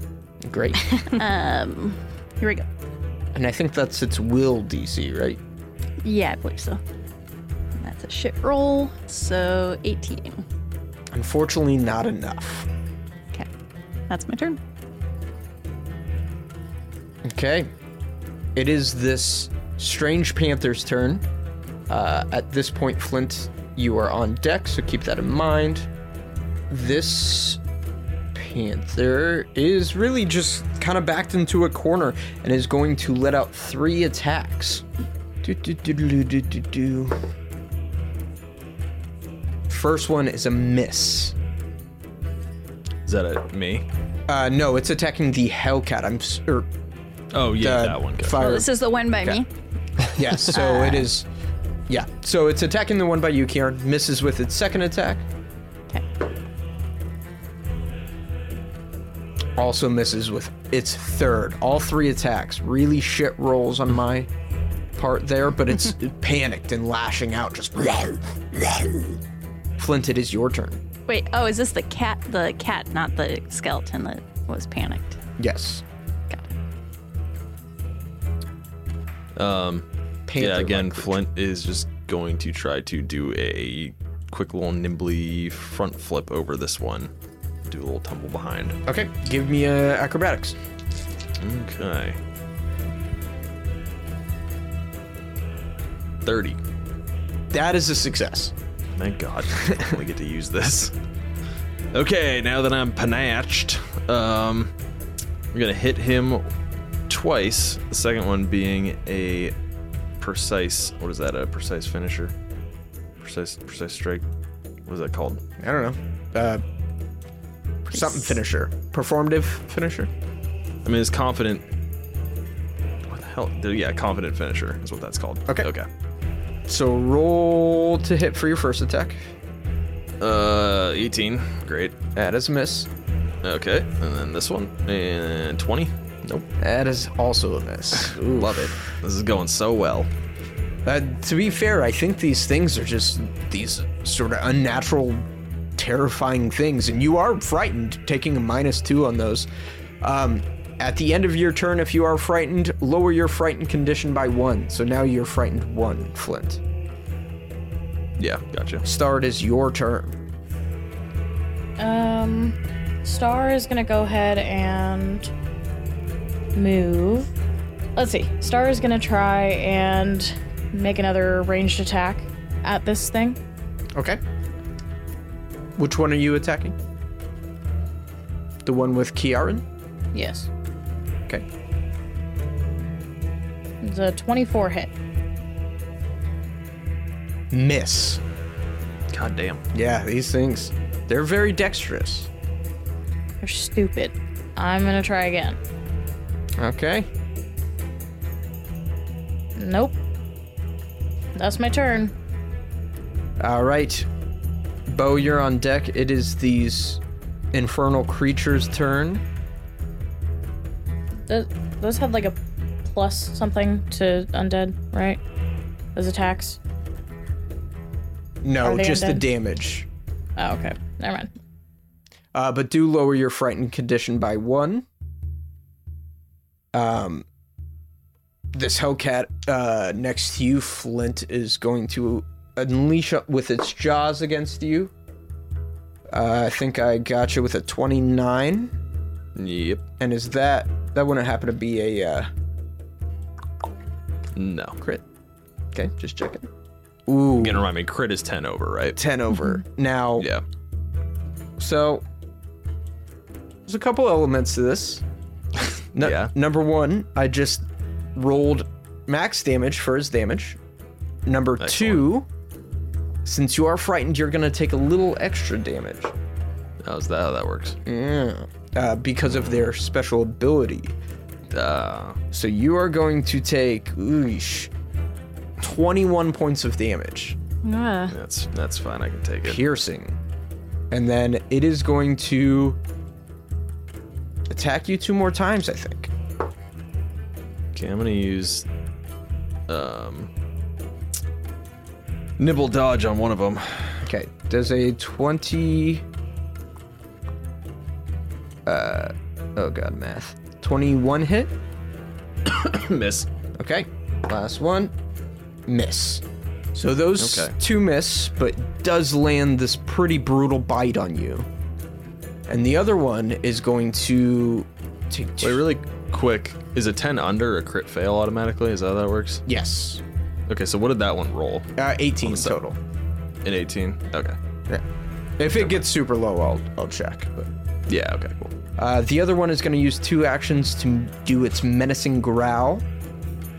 S1: Great.
S6: Here we go.
S1: and I think that's its will DC, right?
S6: Yeah, I believe so. That's a shit roll. So 18.
S1: Unfortunately, not enough.
S6: Okay. That's my turn.
S1: Okay. It is this strange panther's turn. Uh, at this point, Flint, you are on deck, so keep that in mind. This panther is really just kind of backed into a corner and is going to let out three attacks. Do, do, do, do, do, do, do. First one is a miss.
S3: Is that a me?
S1: Uh, no, it's attacking the Hellcat. I'm s- er,
S3: Oh yeah,
S1: uh,
S3: that one. Good.
S1: Fire.
S6: This is the one by
S1: Okay.
S6: me.
S1: Yes, so it is. Yeah, so it's attacking the one by you, Kieran. Misses with its second attack.
S6: Okay.
S1: Also misses with its third. All three attacks. Really shit rolls on my part there, but it's panicked and lashing out. Just. Flint, it is your turn.
S6: Wait, oh, is this the cat? The cat, not the skeleton that was panicked.
S1: Yes.
S6: Got it.
S3: Um,
S1: Panther
S3: yeah, again, Flint is just going to try to do a quick little nimbly front flip over this one. Do a little tumble behind.
S1: Okay, give me uh, acrobatics.
S3: Okay. 30.
S1: That is a success.
S3: Thank God. I only get to use this. Okay, now that I'm panached, um, I'm going to hit him twice. The second one being a precise, what is that, a precise finisher? Precise, precise strike? What is that called?
S1: I don't know. Uh, something finisher. Performative finisher?
S3: I mean, it's confident. What the hell? Yeah, confident finisher is what that's called.
S1: Okay.
S3: Okay.
S1: So roll to hit for your first attack.
S3: Uh, 18. Great.
S1: That is a miss.
S3: Okay, and then this one, and 20. Nope,
S1: That is also a miss.
S3: love it. This is going so well.
S1: Uh, to be fair, I think these things are just these sort of unnatural, terrifying things, and you are frightened, taking a minus two on those. Um, at the end of your turn, if you are frightened, lower your frightened condition by one. So now you're frightened one, Flint.
S3: Yeah, gotcha.
S1: Start is your turn.
S2: Um, Star is gonna go ahead and move. Let's see. Star is gonna try and make another ranged attack at this thing.
S1: Okay. Which one are you attacking? The one with Kiaran?
S2: Yes.
S1: Okay.
S2: It's a 24 hit.
S1: Miss.
S3: God damn.
S1: Yeah, these things, they're very dexterous.
S2: They're stupid. I'm gonna try again.
S1: Okay.
S2: Nope. That's my turn.
S1: All right. Bo, you're on deck. It is these infernal creatures' turn.
S2: Th- those had like a plus something to undead, right? Those attacks.
S1: No,
S2: Are they
S1: just the
S2: undead?
S1: damage.
S2: Oh, okay. Never mind.
S1: Uh, but do lower your frightened condition by one. Um, this Hellcat uh, next to you, Flint, is going to unleash up with its jaws against you. Uh, I think I got you with a 29.
S3: Yep.
S1: And is that that wouldn't happen to be a uh,
S3: No.
S1: crit? Okay, just checking. Ooh,
S3: You gonna remind me, crit is 10 over, right?
S1: ten over. Now,
S3: Yeah.
S1: so there's a couple elements to this. Nu-
S3: Yeah.
S1: Number one, I just rolled max damage for his damage. Number
S3: Excellent.
S1: two, since you are frightened, you're gonna take a little extra damage.
S3: How's that how that works?
S1: Yeah. Uh, because of their special ability.
S3: Uh,
S1: So you are going to take oosh, 21 points of damage, Ah.
S3: that's that's fine. I can take it.
S1: piercing. And then it is going to attack you two more times, I think.
S3: Okay, I'm gonna use um nibble dodge on one of them.
S1: Okay. Does a 20 uh oh god, math. 21 hit?
S3: Miss.
S1: Okay. Last one. Miss. So those
S3: Okay.
S1: two miss, but does land this pretty brutal bite on you. And the other one is going to take two.
S3: Wait, really quick. Is a 10 under a crit fail automatically? Is that how that works?
S1: Yes.
S3: Okay, so what did that one roll?
S1: Uh, 18
S3: Almost up.
S1: total.
S3: An 18? Okay.
S1: Yeah. If it gets super low, I'll, I'll check. But.
S3: Yeah, okay, cool.
S1: Uh, the other one is going to use two actions to do its menacing growl.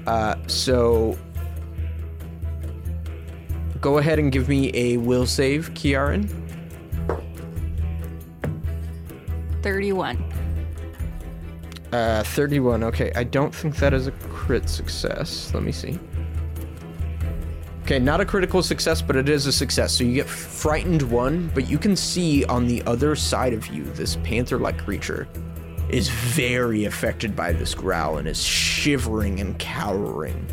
S1: Uh, so go ahead and give me a will save, Kiaran.
S6: 31.
S1: Uh, 31. Okay, I don't think that is a crit success. Let me see. Okay, not a critical success, but it is a success. So you get frightened one, but you can see on the other side of you, this panther like creature is very affected by this growl and is shivering and cowering.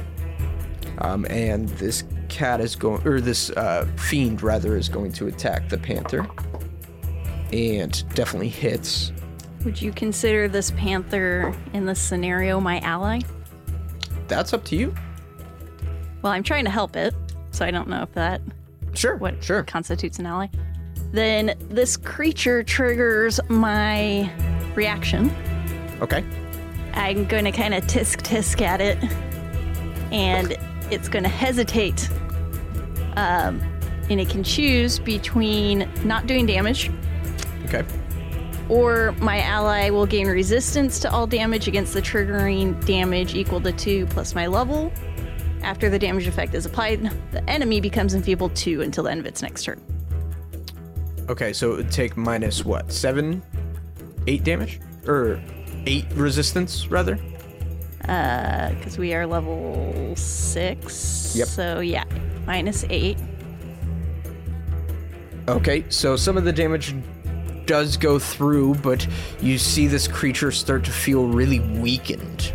S1: Um, and this cat is going, or this uh, fiend rather, is going to attack the panther. And definitely hits.
S6: Would you consider this panther in this scenario my ally?
S1: That's up to you.
S6: Well, I'm trying to help it, so I don't know if that
S1: Sure.
S6: what
S1: Sure.
S6: constitutes an ally. Then this creature triggers my reaction.
S1: Okay.
S6: I'm going to kind of tisk tisk at it, and it's going to hesitate. Um, and it can choose between not doing damage,
S1: Okay.
S6: or my ally will gain resistance to all damage against the triggering damage equal to 2 plus my level. After the damage effect is applied, the enemy becomes enfeebled 2 until the end of its next turn.
S1: Okay, so it would take minus what? Seven? Eight damage? Or eight resistance, rather?
S6: Because Uh, we are level 6.
S1: Yep.
S6: So, yeah, minus 8.
S1: Okay, so some of the damage does go through, but you see this creature start to feel really weakened.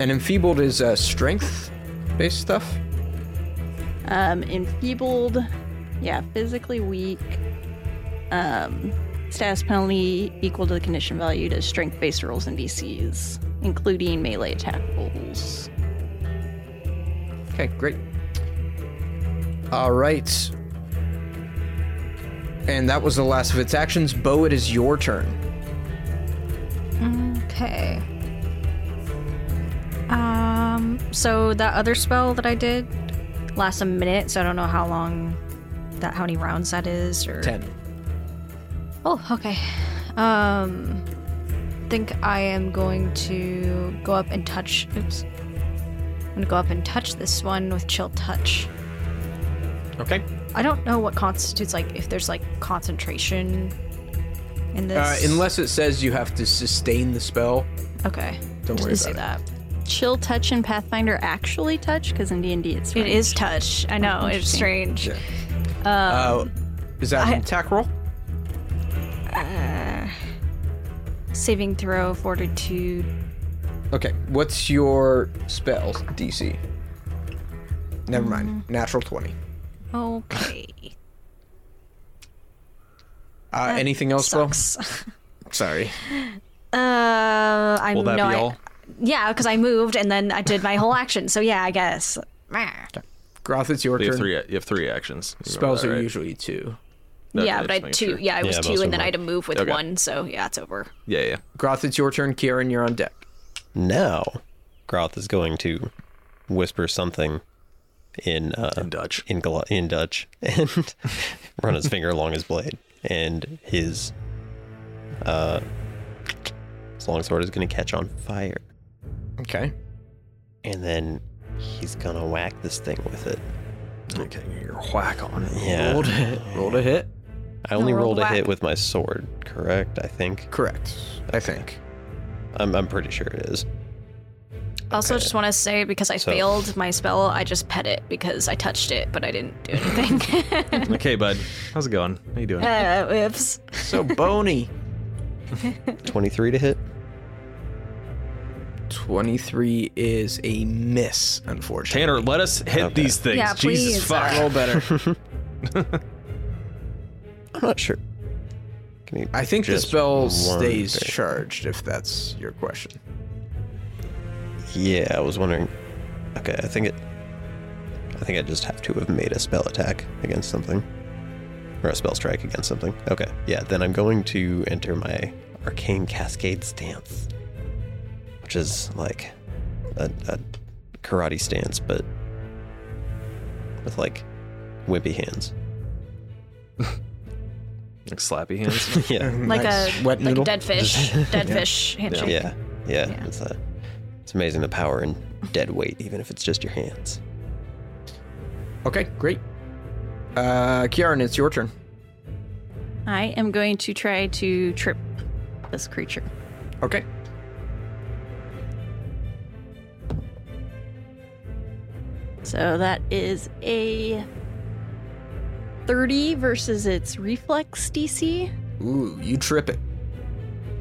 S1: And enfeebled is uh, strength based stuff.
S6: Um, enfeebled. Yeah, physically weak. Um, status penalty equal to the condition value to strength based rolls and DCs, including melee attack rolls.
S1: Okay, great. All right. And that was the last of its actions. Bo, it is your turn.
S4: Okay. Um. So that other spell that I did lasts a minute, so I don't know how long that, how many rounds that is, or
S1: Ten.
S4: Oh, okay. Um, think I am going to go up and touch. Oops. I'm gonna go up and touch this one with chill touch.
S1: Okay.
S4: I don't know what constitutes like if there's like concentration in this.
S1: Uh, unless it says you have to sustain the spell.
S4: okay,
S1: Don't worry
S4: just
S1: about
S4: do
S1: it.
S4: that.
S6: chill touch and pathfinder actually touch because in d&d it's
S4: It is touch. I know it's strange.
S1: Yeah. Uh, is that
S4: Um, I-
S1: an attack roll?
S4: Saving throw, fortitude.
S1: Okay. What's your spell DC? Never
S4: Mm.
S1: mind. Natural twenty.
S4: Okay.
S1: Uh, anything else,
S4: Sucks.
S1: Bo? Sorry.
S4: Uh, I'm
S3: Will that
S4: no,
S3: be
S4: I-
S3: all?
S4: Yeah, because I moved and then I did my whole action. So yeah, I guess. Meh.
S1: Groth, it's your
S3: You have
S1: turn.
S3: three, you have three actions. You remember
S1: Spells
S3: that,
S1: are
S3: right?
S1: usually two.
S3: Okay,
S4: yeah, but I
S3: just
S4: had
S3: making
S4: two.
S3: sure.
S4: Yeah, it was
S5: Yeah,
S4: two,
S5: most
S4: and
S5: of
S4: then I had to
S5: them.
S4: move with
S3: Okay.
S4: one. So yeah, it's over.
S3: Yeah, yeah.
S1: Groth, it's your turn. Kieran, you're on deck.
S5: Now, Groth is going to whisper something in uh,
S3: In Dutch.
S5: in, Gla- in Dutch and run his finger along his blade, and his uh, his longsword is going to catch on fire,
S1: Okay.
S5: and then he's going to whack this thing with it.
S3: Okay, your whack on it.
S5: Yeah,
S1: Rolled a hit. Rolled a hit.
S5: I only
S4: roll
S5: rolled a
S4: whack.
S5: hit with my sword, correct? I think
S1: Correct. I think.
S5: I'm I'm pretty sure it is.
S4: Also, just want to say because I
S5: So-
S4: failed my spell, I just pet it because I touched it, but I didn't do anything.
S3: Okay, bud. How's it going? How you doing?
S4: uh, oops.
S1: So bony.
S5: Twenty three to hit.
S1: Twenty-three is a miss, unfortunately.
S3: Tanner, let us hit
S5: Okay.
S3: these things.
S4: Yeah,
S3: Jesus
S4: please,
S3: fuck.
S1: Roll better.
S5: I'm not sure. Give me
S1: I think the
S5: just
S1: spell
S5: one
S1: stays
S5: thing.
S1: charged, if that's your question.
S5: Yeah, I was wondering. Okay, I think it. I think I just have to have made a spell attack against something. Or a spell strike against something. Okay. Yeah, then I'm going to enter my Arcane Cascade stance, which is like a, a karate stance, but with like wimpy hands.
S3: Like slappy hands.
S5: yeah.
S4: Like
S1: Nice.
S4: a
S1: wet
S4: like a
S1: noodle.
S4: dead fish, dead fish handshake.
S5: Yeah, yeah.
S4: Yeah.
S5: It's, uh it's amazing the power in dead weight, even if it's just your hands.
S1: Okay, great. Uh, Kieran, it's your turn.
S6: I am going to try to trip this creature.
S1: Okay.
S6: So that is a 30 versus its reflex DC.
S1: Ooh, you trip it.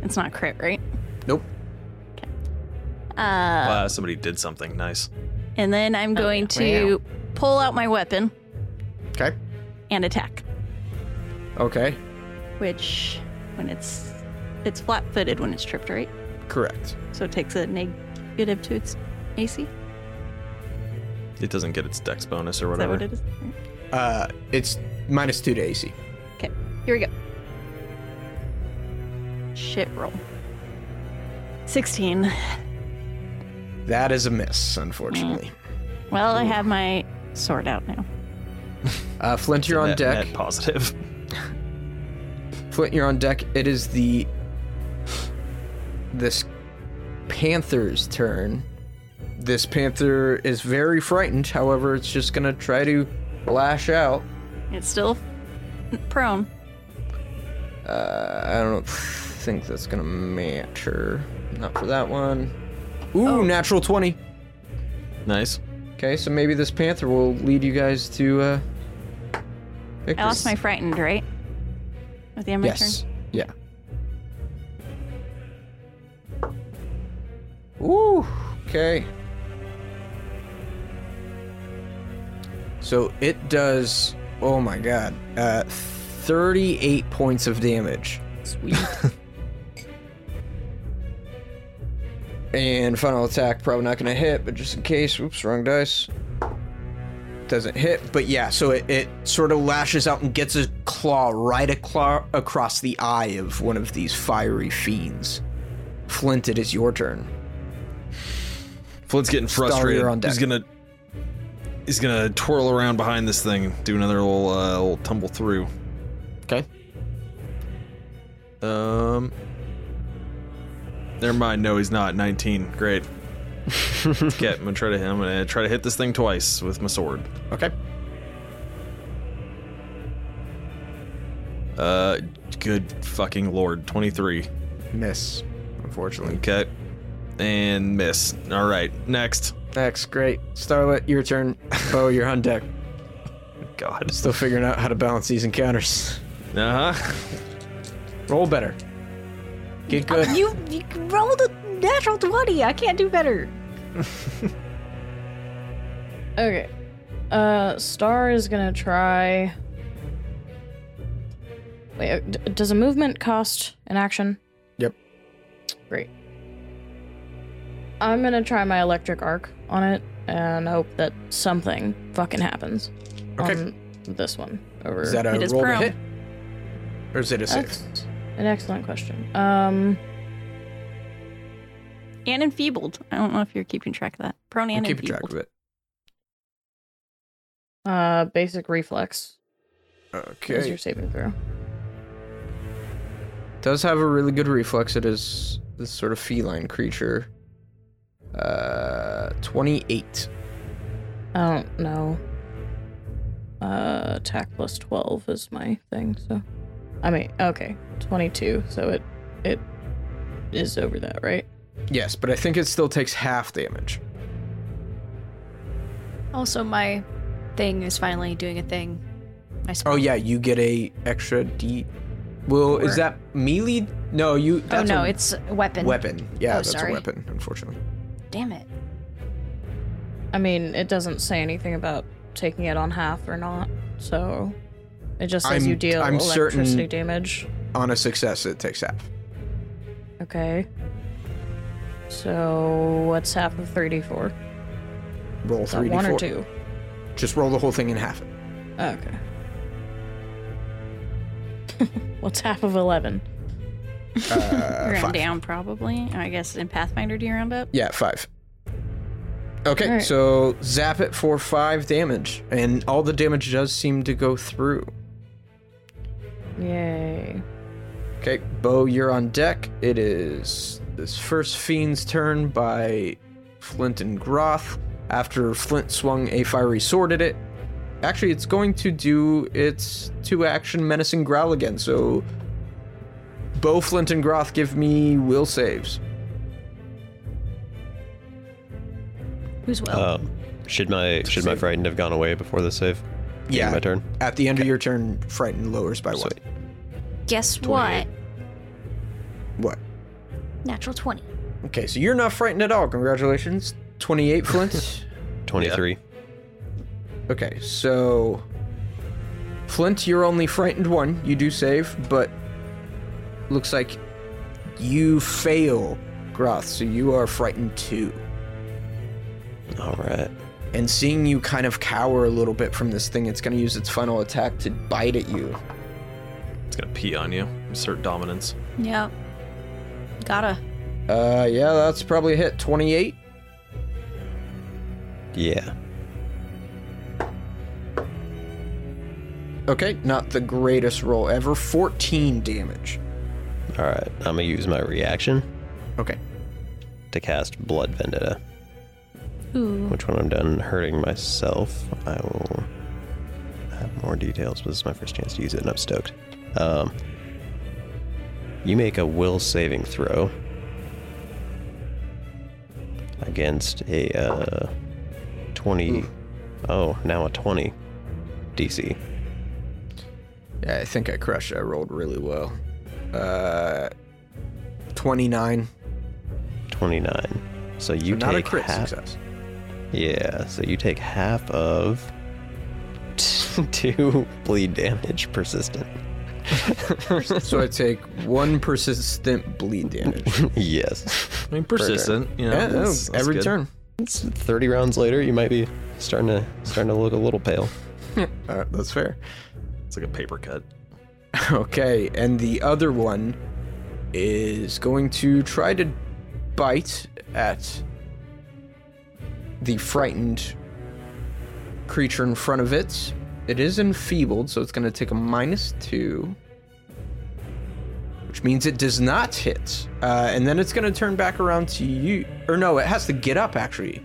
S6: It's not crit, right?
S1: Nope.
S6: Uh,
S3: wow, somebody did something nice.
S6: and then
S4: Oh,
S6: I'm going to pull out my weapon
S1: Okay.
S6: and attack,
S1: Okay.
S6: which when it's it's flat-footed when it's tripped, right?
S1: Correct.
S6: So it takes a negative to its AC. Is
S3: It doesn't get its dex bonus or
S6: that
S3: whatever.
S6: what it is?
S1: Uh, it's minus two to AC.
S6: Okay, here we go. Shit roll. 16.
S1: That is a miss, unfortunately.
S6: Well, I have my sword out now.
S1: Uh, Flint, you're on
S3: Net-
S1: deck.
S3: net positive.
S1: Flint, you're on deck. It is the this panther's turn. This panther is very frightened. However, it's just gonna try to lash out.
S6: It's still prone.
S1: Uh, I don't think that's gonna matter. Not for that one. Ooh,
S6: Oh.
S1: natural twenty.
S3: Nice.
S1: Okay, so maybe this panther will lead you guys to. Uh,
S6: I lost my frightened, right? At the end of my
S1: Yes.
S6: turn.
S1: Yeah. Ooh. Okay. So it does. Oh my god. Uh, thirty-eight points of damage. Sweet. and final attack probably not gonna hit, but just in case. Oops, wrong dice. Doesn't hit, but yeah. So it, it sort of lashes out and gets a claw right a claw across the eye of one of these fiery fiends. Flint, it is your turn.
S3: Flint's getting frustrated.
S1: you're on deck.
S3: He's gonna he's gonna twirl around behind this thing, and do another little uh, little tumble through.
S1: Okay.
S3: Um, never mind. No, he's not. Nineteen. Great. Get. I'm gonna try to hit. I'm gonna try to hit this thing twice with my sword.
S1: Okay.
S3: Uh, good fucking lord. Twenty-three.
S1: Miss, unfortunately.
S3: Okay. And miss. All right. Next.
S1: Next, great. Starlet, your turn. Bo, you're on deck.
S3: God.
S1: Still figuring out how to balance these encounters.
S3: Uh huh.
S1: Roll better. Get good.
S4: You, you rolled a natural 20. I can't do better.
S2: Okay. Uh, Star is gonna try. Wait, uh, d- does a movement cost an action?
S1: Yep.
S2: Great. I'm gonna try my electric arc on it and hope that something fucking happens.
S1: Okay.
S2: On this one over.
S1: Is that a
S6: It is
S1: roll to
S6: prone.
S1: hit? Or is it a save?
S2: That's an excellent question. Um,
S6: And enfeebled. I don't know if you're keeping track of that. Prone
S1: I'm
S6: and
S1: keeping track
S6: enfeebled.
S1: of it.
S2: uh, basic reflex is
S1: Okay.
S2: your saving throw.
S1: Does have a really good reflex. It is this sort of feline creature. Uh, 28.
S2: I don't know. Uh, attack plus twelve is my thing. So, I mean, okay, twenty-two. So it it is over that, right?
S1: Yes, but I think it still takes half damage.
S4: Also, my thing is finally doing a thing. My spell.
S1: Oh yeah, you get a extra D. Well, is
S4: Four.
S1: that melee? No, you.
S4: Oh,
S1: That's
S4: no,
S1: a
S4: it's a weapon.
S1: weapon. Yeah,
S4: Oh,
S1: that's
S4: sorry.
S1: a weapon. Unfortunately.
S4: Damn it.
S2: I mean, it doesn't say anything about taking it on half or not. So, it just says
S1: I'm-
S2: you deal
S1: I'm certain-
S2: electricity damage.
S1: On a success, it takes half.
S2: Okay. So what's half of thirty-four?
S1: Roll
S2: Is that
S1: three d
S2: one
S1: four.
S2: or two?
S1: Just roll the whole thing in half.
S2: okay. What's half of 11?
S6: round
S1: five.
S6: down, probably. I guess in Pathfinder, do you round up?
S1: Yeah, five. Okay,
S2: Alright.
S1: so zap it for five damage, and all the damage does seem to go through.
S2: Yay.
S1: Okay, Bo, you're on deck. It is this first fiend's turn by Flint and Groth. After Flint swung a fiery sword at it, actually, it's going to do its two-action menacing growl again. So, Bo, Flint, and Groth, give me will saves.
S4: Who's well?
S5: Um, should my should my
S1: Save.
S5: frightened have gone away before the save? Being my turn.
S1: At the end of your turn, frightened lowers by one.
S5: Sweet.
S4: Guess what?
S1: What?
S4: Natural 20.
S1: Okay, so you're not frightened at all. Congratulations. 28 Flint.
S5: Twenty three.
S1: okay, so Flint, you're only frightened one. You do save, but looks like you fail, Groth, so you are frightened two.
S5: All right.
S1: And seeing you kind of cower a little bit from this thing, it's going to use its final attack to bite at you.
S3: It's gonna pee on you. Assert dominance.
S4: Yep. Gotta.
S1: Uh, yeah, that's probably a hit. 28.
S5: Yeah.
S1: Okay, not the greatest roll ever. 14 damage.
S5: All right. I'm gonna use my reaction
S1: Okay.
S5: to cast Blood Vendetta.
S4: Ooh.
S5: Which when I'm done hurting myself, I will have more details. But this is my first chance to use it, and I'm stoked. Um, you make a will saving throw against a uh, 20. Oh, now a 20 DC.
S1: Yeah, I think I crushed. it. I rolled really well. Uh, twenty-nine.
S5: 29. So you
S1: not
S5: take
S1: a crit
S5: half.
S1: success.
S5: Yeah, so you take half of two bleed damage persistent.
S1: so I take one persistent bleed damage.
S5: yes.
S3: I mean, persistent. You know,
S1: yeah, no,
S3: that's- that's
S1: every
S3: good.
S1: turn.
S5: It's 30 rounds later, you might be starting to starting to look a little pale.
S1: All right, that's fair.
S3: It's like a paper cut.
S1: Okay, and the other one is going to try to bite at the frightened creature in front of it. It is enfeebled, so it's going to take a minus two, which means it does not hit. Uh, and then it's going to turn back around to you. Or no, it has to get up, actually.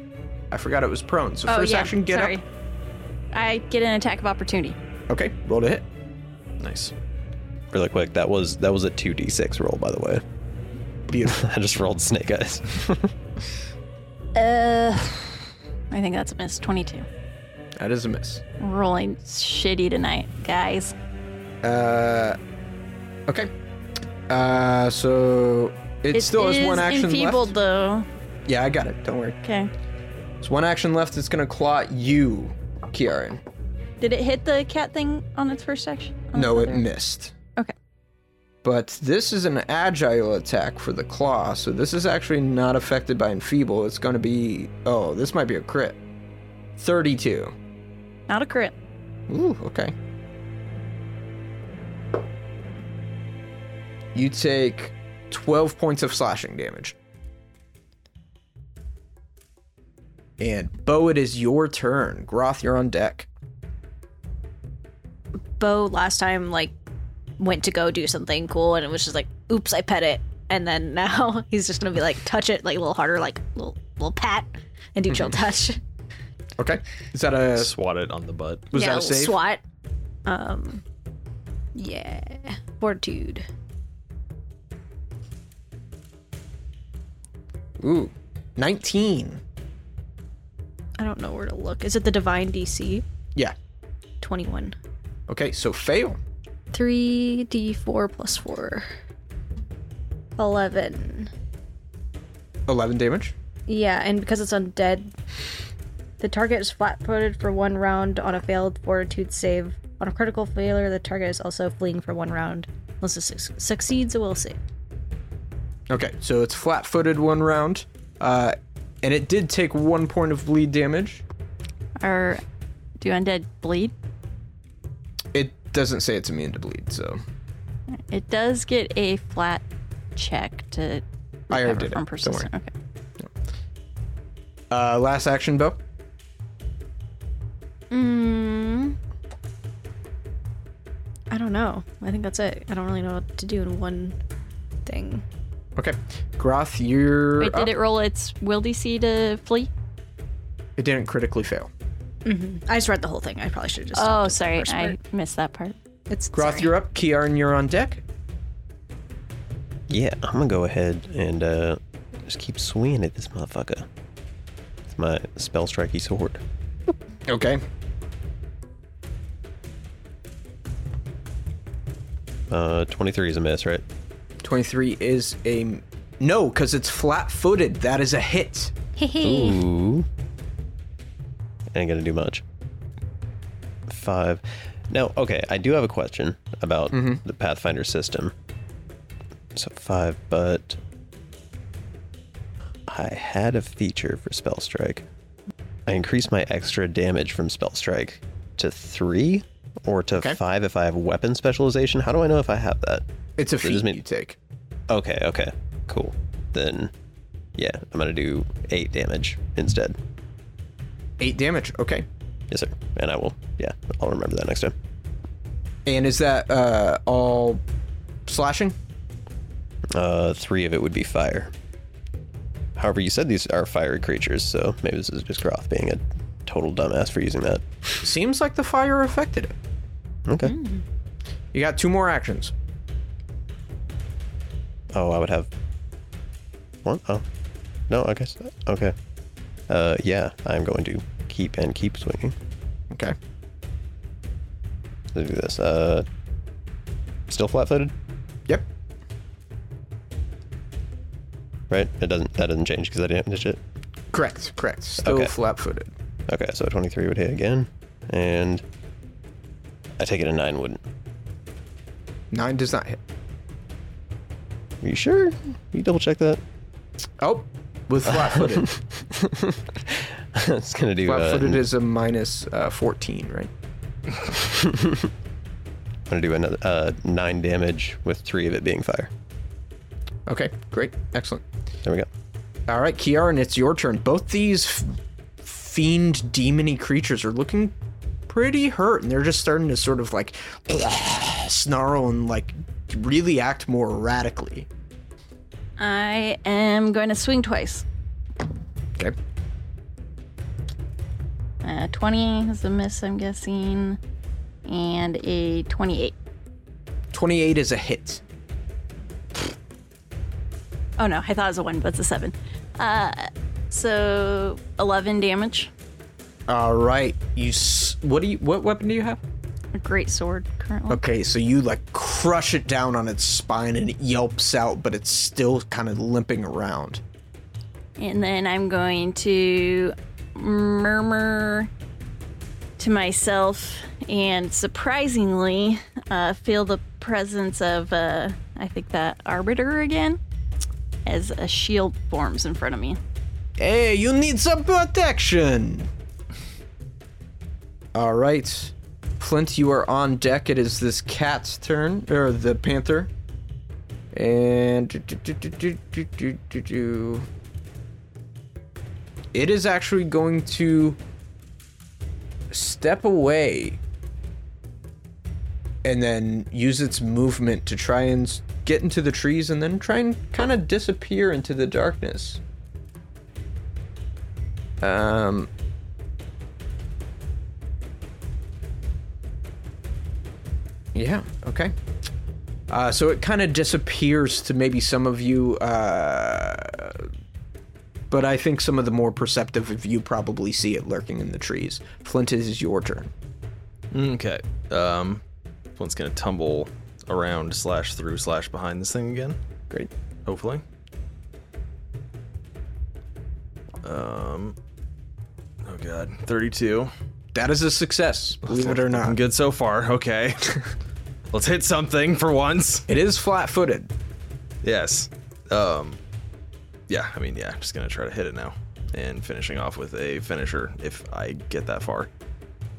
S1: I forgot it was prone. So first action, get
S6: Oh, Sorry.
S1: up.
S6: I get an attack of opportunity.
S1: Okay, roll to hit.
S3: Nice.
S5: Really quick, that was that was a 2d6 roll, by the way.
S1: Beautiful.
S5: I just rolled snake eyes.
S6: Uh, I think that's a miss. 22.
S1: that is a miss.
S6: Rolling shitty tonight, guys.
S1: Uh, okay. Uh, so it, still has one
S6: is
S1: action
S6: enfeebled,
S1: left.
S6: though.
S1: Yeah, I got it. Don't worry.
S6: Okay.
S1: It's one action left. It's gonna claw at you, Kiaren.
S6: Oh, Did it hit the cat thing on its first action? On
S1: no, it
S6: its other-
S1: missed.
S6: Okay.
S1: But this is an agile attack for the claw, so this is actually not affected by enfeeble. It's gonna be oh, this might be a crit. Thirty-two.
S6: Not a crit.
S1: Ooh, okay. You take twelve points of slashing damage. And Bo, it is your turn. Groth, you're on deck.
S4: Bo last time, like, went to go do something cool and it was just like, oops, I pet it. And then now he's just gonna be like, touch it, like, a little harder, like, little, little pat and do
S1: Mm-hmm.
S4: chill touch.
S1: Okay. Is that a
S3: Swat it on the butt.
S1: was
S4: yeah,
S1: that a save?
S4: SWAT. Um, yeah. Fortitude.
S1: Ooh. Nineteen.
S4: I don't know where to look. Is it the divine DC?
S1: Yeah.
S4: 21.
S1: Okay, so fail.
S4: 3d4 plus 4. 11.
S1: Eleven damage.
S4: Yeah, and because it's undead, the target is flat footed for one round on a failed fortitude save. On a critical failure, the target is also fleeing for one round. Unless it suc succeeds, it will save.
S1: Okay, so it's flat footed one round. Uh and it did take one point of bleed damage.
S6: Or Do undead bleed?
S1: It doesn't say it's immune to bleed, so
S6: It does get a flat check to
S1: I already
S6: recover
S1: did it.
S6: from
S1: Don't
S6: persistent.
S1: worry.
S6: Okay.
S1: Uh, last action, Bo.
S4: Mm, I don't know. I think that's it. I don't really know what to do in one thing.
S1: Okay, Groth, you're
S6: Wait,
S1: up.
S6: did it roll its will DC to flee?
S1: It didn't critically fail.
S4: I just read the whole thing. I probably should have just.
S6: Oh,
S4: stopped at the
S6: sorry,
S4: first
S6: I
S4: part.
S6: missed that part.
S4: It's
S1: Groth,
S4: sorry.
S1: you're up. Kiarn, you're on deck.
S5: Yeah, I'm gonna go ahead and uh, just keep swinging at this motherfucker. It's my spell strikey sword.
S1: Okay.
S5: Uh, 23 is a miss, right?
S1: 23 is a no because it's flat-footed. That is a hit.
S5: Ooh. Ain't gonna do much. Five. Now, okay, I do have a question about the Pathfinder system. So five, but I had a feature for Spell Strike. I increase my extra damage from Spell Strike to three or to
S1: Okay.
S5: five if I have weapon specialization. How do I know if I have that?
S1: It's a
S5: does
S1: feat
S5: mean-
S1: you take.
S5: Okay, okay, cool. Then, yeah, I'm gonna do eight damage instead.
S1: Eight damage. Okay.
S5: Yes, sir. And I will. Yeah, I'll remember that next time.
S1: And is that uh, all slashing?
S5: Uh, three of it would be fire. However, you said these are fiery creatures, so maybe this is just Groth being a total dumbass for using that.
S1: Seems like the fire affected it.
S5: Okay.
S1: You got two more actions.
S5: Oh, I would have. What? Oh. No, I guess. Okay. Uh, yeah, I'm going to keep and keep swinging.
S1: Okay.
S5: Let's do this. Uh, still flat footed,
S1: Yep.
S5: right? It doesn't. That doesn't change because I didn't finish it.
S1: Correct. Correct. Still
S5: Okay.
S1: flat-footed.
S5: Okay, so 23 would hit again. And I take it a 9 wouldn't.
S1: Nine does not hit.
S5: Are you sure? You double check that?
S1: Oh, with flat-footed.
S5: it's gonna do.
S1: flat-footed
S5: uh,
S1: is a minus uh, 14, right?
S5: I'm gonna do another uh, nine damage with three of it being fire.
S1: Okay. Great. Excellent.
S5: There we go.
S1: All right, Kiaran, it's your turn. Both these f- fiend demony creatures are looking pretty hurt, and they're just starting to sort of like snarl and like really act more erratically.
S6: I am going to swing twice.
S1: Okay.
S6: Uh, 20 is a miss, I'm guessing, and a 28.
S1: 28 is a hit.
S6: Oh no, I thought it was a 1, but it's a 7. Uh, so 11 damage.
S1: All right, you. S- what do you? What weapon do you have?
S6: A great sword currently.
S1: Okay, so you like crush it down on its spine, and it yelps out, but it's still kind of limping around.
S6: And then I'm going to murmur to myself and surprisingly uh, feel the presence of, uh, I think, that arbiter again as a shield forms in front of me.
S1: Hey, you need some protection. All right. Flint, you are on deck. It is this cat's turn, or the panther. And. do, do, do, do, do, do, do, do, do. It is actually going to step away and then use its movement to try and s- get into the trees and then try and kind of disappear into the darkness. Um. Yeah. Okay. Uh, so it kind of disappears to maybe some of you, uh, but I think some of the more perceptive of you probably see it lurking in the trees. Flint, it is your turn.
S3: Okay. Um, one's gonna tumble around slash through slash behind this thing again.
S1: Great.
S3: Hopefully. Um. Oh god, thirty-two.
S1: That is a success, believe it or
S3: I'm
S1: not.
S3: good so far. Okay. Let's hit something for once.
S1: It is flat-footed.
S3: Yes. Um. Yeah. I mean, yeah. I'm just gonna try to hit it now, and finishing off with a finisher if I get that far.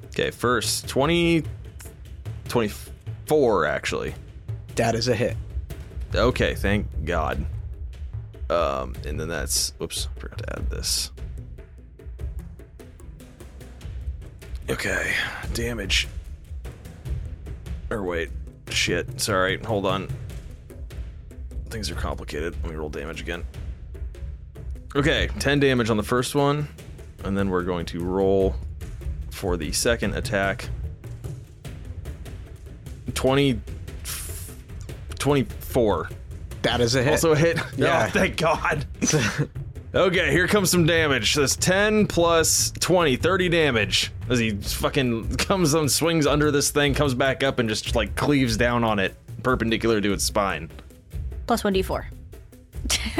S3: Okay, first 20 24 actually.
S1: That is a hit.
S3: Okay, thank God. Um, and then that's whoops, forgot to add this. Okay, damage. Or wait, shit. Sorry, hold on. Things are complicated. Let me roll damage again. Okay, 10 damage on the first one, and then we're going to roll for the second attack. 20 24
S1: That is a hit.
S3: also a hit.
S1: Yeah.
S3: Oh, thank God. okay, here comes some damage. That's 10 plus 20, 30 damage. As he fucking comes and swings under this thing, comes back up, and just like cleaves down on it, perpendicular to its spine.
S4: Plus 1d4.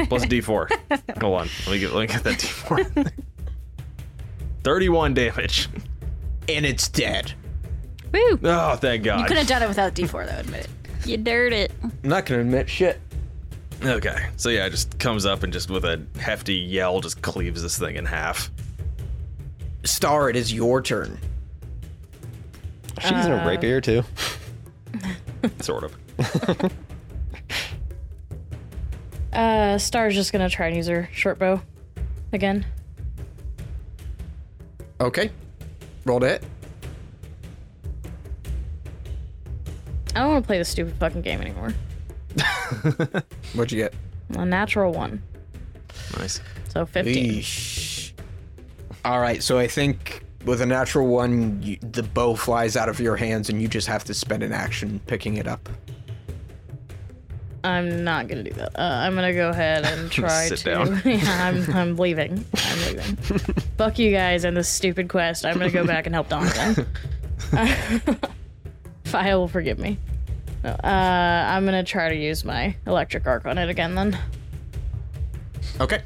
S3: Plus a d4. Hold on. Let me get, let me get that d4. 31 damage.
S1: and it's dead.
S4: Woo!
S3: Oh, thank
S4: You could
S3: God.
S4: have done it without d4, though, admit it.
S6: You dirt it.
S1: I'm not gonna admit shit.
S3: Okay. So, yeah, just comes up and just with a hefty yell, just cleaves this thing in half.
S1: Star, it is your turn.
S5: She's in a rapier too.
S3: Sort of.
S2: Uh, Star's just gonna try and use her short bow again.
S1: Okay. Roll to hit.
S2: I don't want to play this stupid fucking game anymore.
S1: What'd you get?
S2: A natural one,
S3: Nice.
S2: so 15.
S1: Eesh. All right, so I think with a natural one, you, the bow flies out of your hands, and you just have to spend an action picking it up.
S2: I'm not gonna do that. Uh, I'm gonna go ahead and try
S3: Sit
S2: to.
S3: down.
S2: yeah, I'm, I'm leaving. I'm leaving. Fuck you guys and this stupid quest. I'm gonna go back and help Donovan. Fire will forgive me. No, Uh, I'm gonna try to use my electric arc on it again then.
S1: Okay.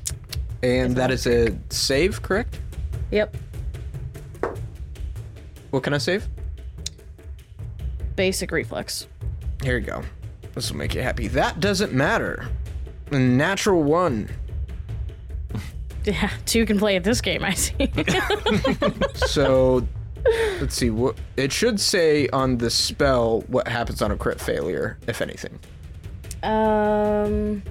S1: And that is a save, correct?
S2: Yep.
S1: What can I save?
S2: Basic reflex.
S1: Here you go. This will make you happy. That doesn't matter. A natural one.
S2: Yeah, two can play at this game, I see.
S1: So let's see what it should say on the spell what happens on a crit failure, if anything.
S2: um.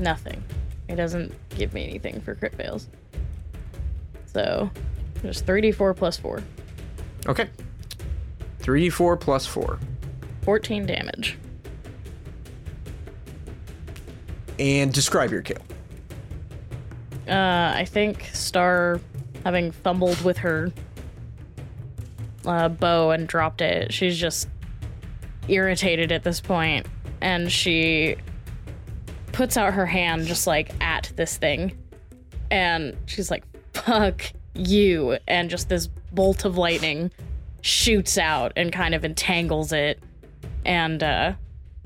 S2: Nothing. It doesn't give me anything for crit fails. So, just 3d4 plus 4.
S1: Okay. 3d4 plus 4.
S2: 14 damage.
S1: And describe your kill.
S2: Uh, I think Star, having fumbled with her uh, bow and dropped it, she's just irritated at this point, and she puts out her hand just like at this thing, and she's like, "Fuck you!" And just this bolt of lightning shoots out and kind of entangles it, and uh,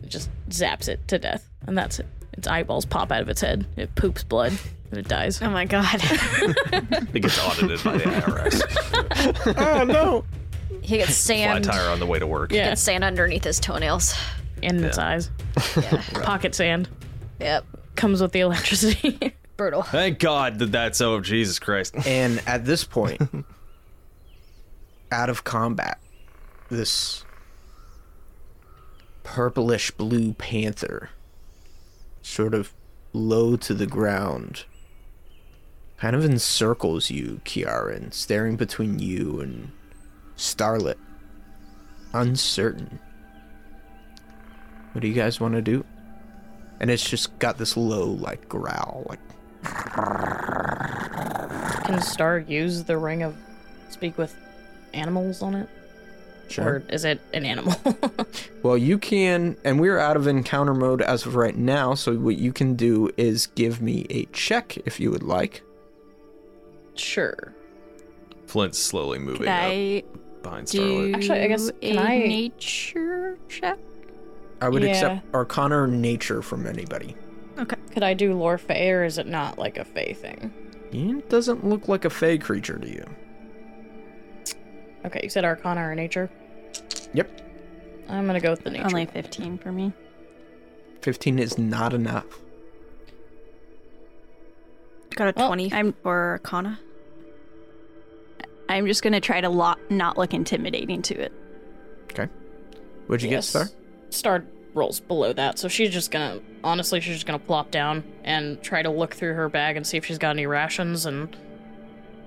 S2: just zaps it to death, and that's it. Its eyeballs pop out of its head. It poops blood, and it dies.
S4: Oh my god.
S3: It gets audited by the IRS.
S1: Oh no.
S4: he gets
S3: Flat
S4: sand.
S3: tire on the way to work.
S2: Yeah,
S4: Gets sand underneath his toenails.
S2: in its eyes. Pocket sand
S4: Yep.
S2: comes with the electricity.
S4: Brutal.
S3: Thank God that that's oh Jesus Christ.
S1: And at this point, out of combat, this purplish blue panther, sort of low to the ground, kind of encircles you, Kiaran, staring between you and Starlit, uncertain. What do you guys want to do? And it's just got this low, like, growl, like,
S2: Can Star use the ring of speak with animals on it? Or is it an animal?
S1: Well, you can, and we're out of encounter mode as of right now. So what you can do is give me a check if you would like.
S2: sure.
S3: Flint's slowly moving
S6: Could I
S3: up behind
S6: do
S3: Starlet.
S2: Actually, I guess-
S6: a
S2: can I-
S6: nature check?
S1: I would
S2: Yeah.
S1: accept Arcana or Nature from anybody.
S4: Mm,
S2: Could I do lore fey or is it not like a fey thing?
S1: It doesn't look like a fey creature to you.
S2: Okay, you said arcana or nature.
S1: Yep,
S2: I'm gonna go with the nature.
S6: Only 15 for me.
S1: fifteen is not enough.
S4: Got a
S6: Well,
S4: 20
S6: I'm-
S4: for Arcana.
S6: I'm just gonna try to lo- not look intimidating to it.
S1: What'd you get, Star?
S2: Star rolls below that, so she's just gonna honestly, she's just gonna plop down and try to look through her bag and see if she's got any rations, and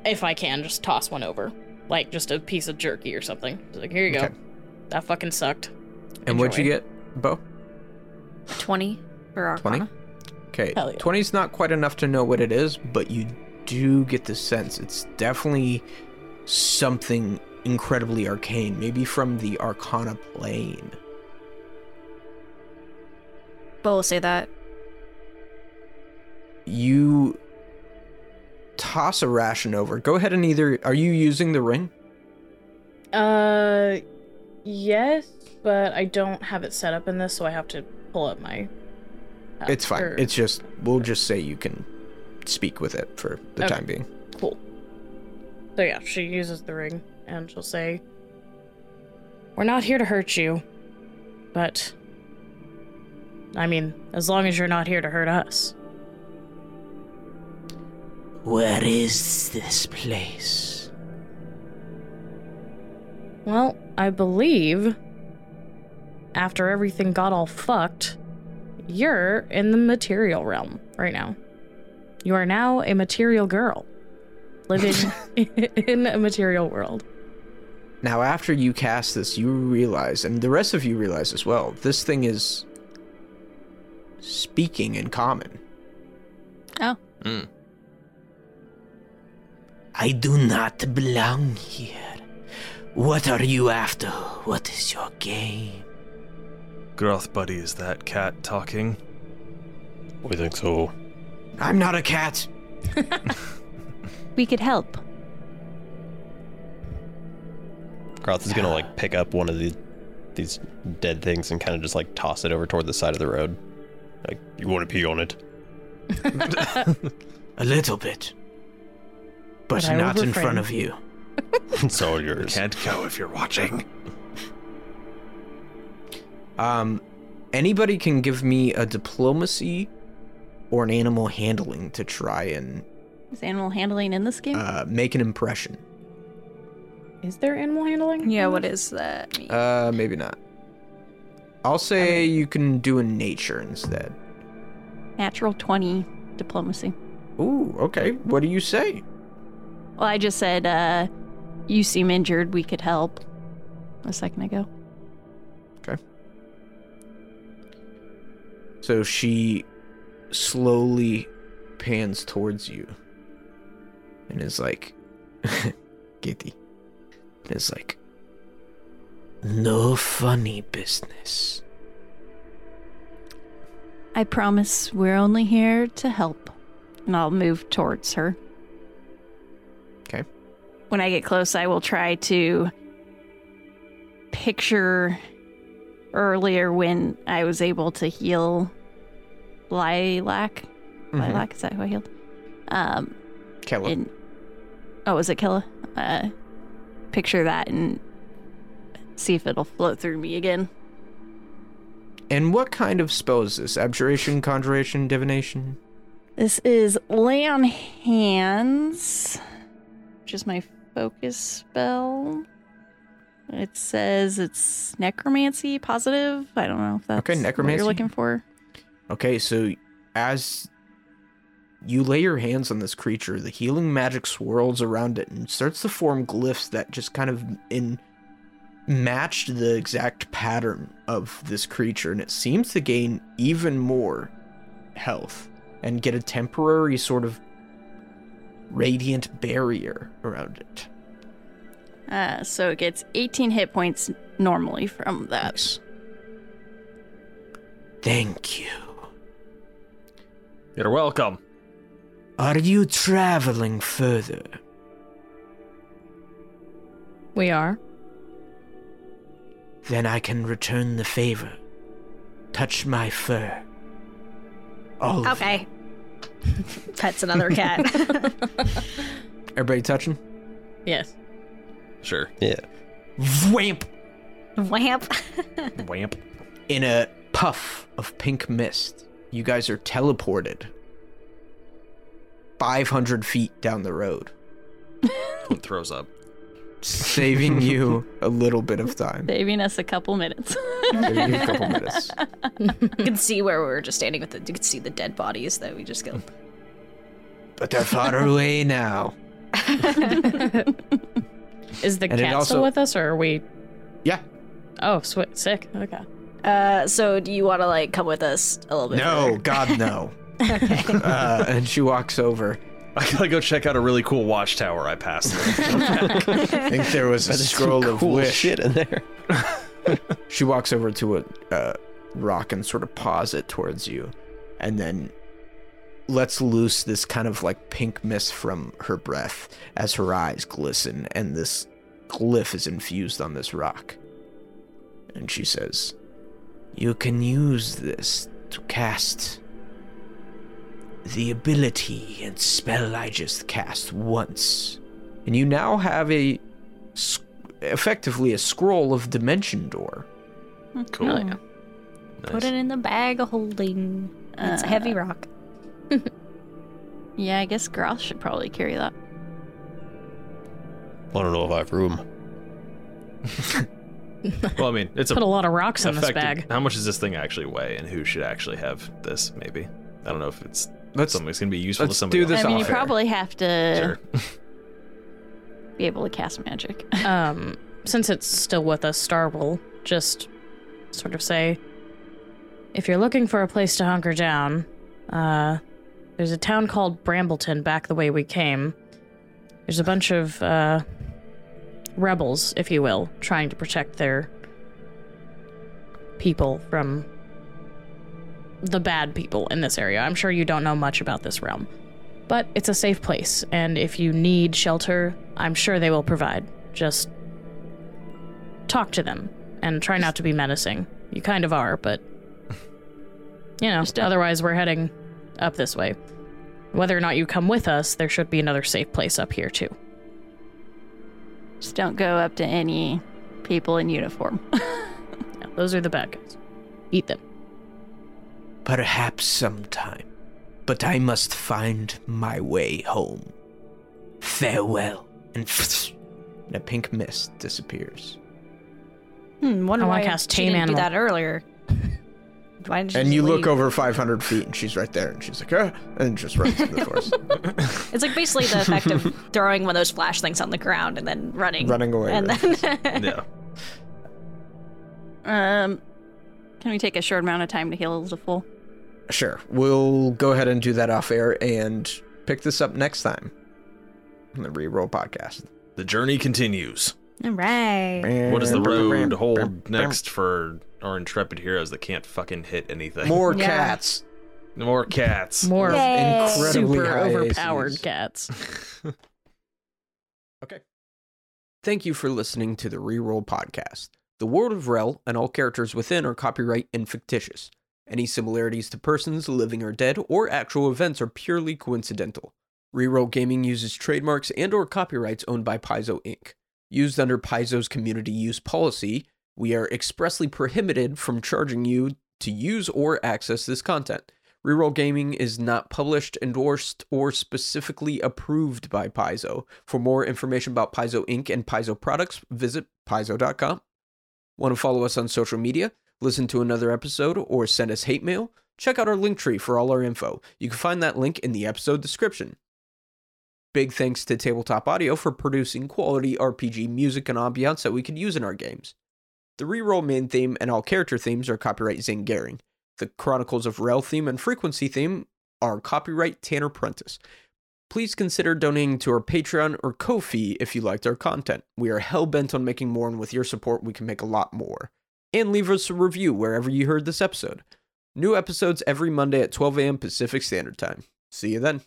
S2: if I can, just toss one over, like just a piece of jerky or something. Just like here you
S1: Okay.
S2: go, that fucking sucked.
S1: And what'd you
S2: Enjoy.
S1: get, Bo?
S4: 20 for Arcana.
S1: 20? Okay.
S2: Hell yeah.
S1: 20 is not quite enough to know what it is, but you do get the sense it's definitely something incredibly arcane, maybe from the Arcana plane.
S4: Bo will say that.
S1: You toss a ration over. Go ahead and either. Are you using the ring?
S2: Uh, yes, but I don't have it set up in this, so I have to pull up my. uh, app
S1: It's fine.
S2: or-
S1: It's just we'll just say you can speak with it for the
S2: Okay.
S1: time being.
S2: Cool. So yeah, she uses the ring and she'll say, "We're not here to hurt you, but I mean, as long as you're not here to hurt us."
S1: Where is this place?
S2: Well, I believe after everything got all fucked, you're in the material realm right now. You are now a material girl living in a material world.
S1: Now, after you cast this, you realize, and the rest of you realize as well, this thing is speaking in common.
S6: Oh.
S3: Mm.
S1: I do not belong here. What are you after? What is your game?
S3: Groth buddy, is that cat talking?
S5: We think so.
S1: I'm not a cat.
S6: We could help.
S5: Groth is gonna like pick up one of the these dead things and kind of just like toss it over toward the side of the road. Like you want to pee on it?
S1: A little bit. But,
S2: But I will
S1: not in front
S2: refrain.
S1: of you.
S5: it's all yours.
S3: Can't go if you're watching.
S1: Um, anybody can give me a diplomacy or an animal handling to try and
S6: Is animal handling in this game?
S1: uh, make an impression.
S2: Is there animal handling?
S4: Yeah, what is that? mean?
S1: Uh, maybe not. I'll say you can do a nature instead.
S6: Natural 20 diplomacy.
S1: Ooh, okay. What do you say?
S6: Well, I just said, uh, you seem injured. We could help a second ago.
S1: So she slowly pans towards you and is like, Gitty. Is like, no funny business.
S6: I promise we're only here to help. And I'll move towards her.
S1: Okay.
S6: When I get close, I will try to picture earlier when I was able to heal Lilac.
S1: Mm-hmm.
S6: Lilac, is that who I healed? Um,
S1: Kella.
S6: and oh, was it Killa? Uh, picture that and see if it'll float through me again.
S1: And what kind of spell is this? Abjuration, conjuration, divination?
S6: This is Lay on Hands, which is my focus spell. It says it's necromancy positive. I don't know if that's
S1: Okay,
S6: what
S1: necromancy.
S6: you're looking for.
S1: Okay, so as you lay your hands on this creature, the healing magic swirls around it and starts to form glyphs that just kind of in matched the exact pattern of this creature, and it seems to gain even more health and get a temporary sort of radiant barrier around it.
S6: Uh, so it gets 18 hit points normally from that.
S1: Nice. Thank you.
S3: You're welcome.
S1: Are you traveling further?
S2: We are.
S1: Then I can return the favor. Touch my fur. All of
S4: okay. Pets another cat.
S1: it. Everybody touching?
S2: Yes.
S3: Sure.
S5: Yeah.
S1: Vwamp!
S4: Wamp.
S3: Wamp.
S1: In a puff of pink mist, you guys are teleported 500 feet down the road,
S3: It throws up.
S1: saving you a little bit of time.
S6: Saving us a couple minutes.
S1: Saving you a couple minutes.
S4: You can see where we were just standing with the. You can see the dead bodies that we just killed.
S1: But they're far away now.
S2: Is the
S1: And it
S2: cat
S1: also-
S2: still with us, or are we?
S1: Yeah.
S2: Oh, sweet, sick. Okay.
S4: Uh, so do you want to like come with us a little bit?
S1: No,
S4: further?
S1: Oh, God, no. uh, and she walks over.
S3: I gotta go check out a really cool watchtower I passed.
S1: I think there was a scroll of
S5: cool
S1: wish.
S5: shit in there.
S1: She walks over to a uh, rock and sort of paws it towards you, and then lets loose this kind of like pink mist from her breath as her eyes glisten, and this glyph is infused on this rock. And she says, You can use this to cast the ability and spell I just cast once. And you now have a sc- effectively a scroll of dimension door.
S6: Hmm.
S3: cool.
S2: Oh, yeah.
S4: Put it in the bag of holding. It's a heavy rock.
S6: Yeah, I guess Groth should probably carry that.
S5: I don't know if I have room.
S3: Well, I mean, it's a,
S2: Put a lot of rocks in this
S3: affected-
S2: bag.
S3: How much does this thing actually weigh, and who should actually have this? Maybe I don't know if it's
S1: Let's
S3: something that's gonna be useful to
S1: let's
S3: somebody.
S1: do this
S6: I mean,
S1: all
S6: you
S1: fair.
S6: probably have to
S3: else. Sure.
S6: be able to cast magic.
S2: Um, since it's still with us, Star will just sort of say, if you're looking for a place to hunker down, uh, there's a town called Brambleton back the way we came. There's a bunch of uh, rebels, if you will, trying to protect their people from the bad people in this area. I'm sure you don't know much about this realm, but it's a safe place, and if you need shelter, I'm sure they will provide. Just talk to them and try not to be menacing. You kind of are, but you know, otherwise we're heading up this way. Whether or not you come with us, there should be another safe place up here too.
S6: Just don't go up to any people in uniform.
S2: Yeah, those are the bad guys. Eat them.
S1: Perhaps sometime. But I must find my way home. Farewell. And, and a pink mist disappears.
S4: Hmm, wonder
S2: I wanna
S4: why
S2: cast
S4: she
S2: tame
S4: didn't do
S2: animal.
S4: that earlier. Why didn't she
S1: And
S4: just
S1: you look
S4: leave?
S1: over 500 feet and she's right there and she's like, ah, and just runs through the forest.
S4: It's like basically the effect of throwing one of those flash things on the ground and then running.
S1: Running away,
S4: And
S1: right.
S4: then
S3: Yeah.
S6: Um, can we take a short amount of time to heal as a fool?
S1: Sure. We'll go ahead and do that off air and pick this up next time on the Reroll podcast.
S3: The journey continues.
S4: All right.
S3: What does the road hold next for our intrepid heroes that can't fucking hit anything?
S1: More
S4: Yeah.
S1: cats.
S3: More cats.
S2: More
S1: Incredibly
S2: super
S1: high
S2: overpowered
S1: ACs.
S2: cats.
S1: Thank you for listening to the Reroll Podcast. The world of Rel and all characters within are copyright and fictitious. Any similarities to persons, living or dead, or actual events are purely coincidental. Reroll Gaming uses trademarks and or copyrights owned by Paizo Inc. Used under Paizo's community use policy, we are expressly prohibited from charging you to use or access this content. Reroll Gaming is not published, endorsed, or specifically approved by Paizo. For more information about Paizo Inc. and Paizo products, visit paizo.com. Want to follow us on social media, listen to another episode, or send us hate mail? Check out our link tree for all our info. You can find that link in the episode description. Big thanks to Tabletop Audio for producing quality RPG music and ambiance that we could use in our games. The reroll main theme and all character themes are copyright Zingering. The Chronicles of Rel theme and frequency theme are copyright Tanner Prentice. Please consider donating to our Patreon or Ko-fi if you liked our content. We are hell-bent on making more and with your support we can make a lot more. And leave us a review wherever you heard this episode. New episodes every Monday at 12 a.m. Pacific Standard Time. See you then.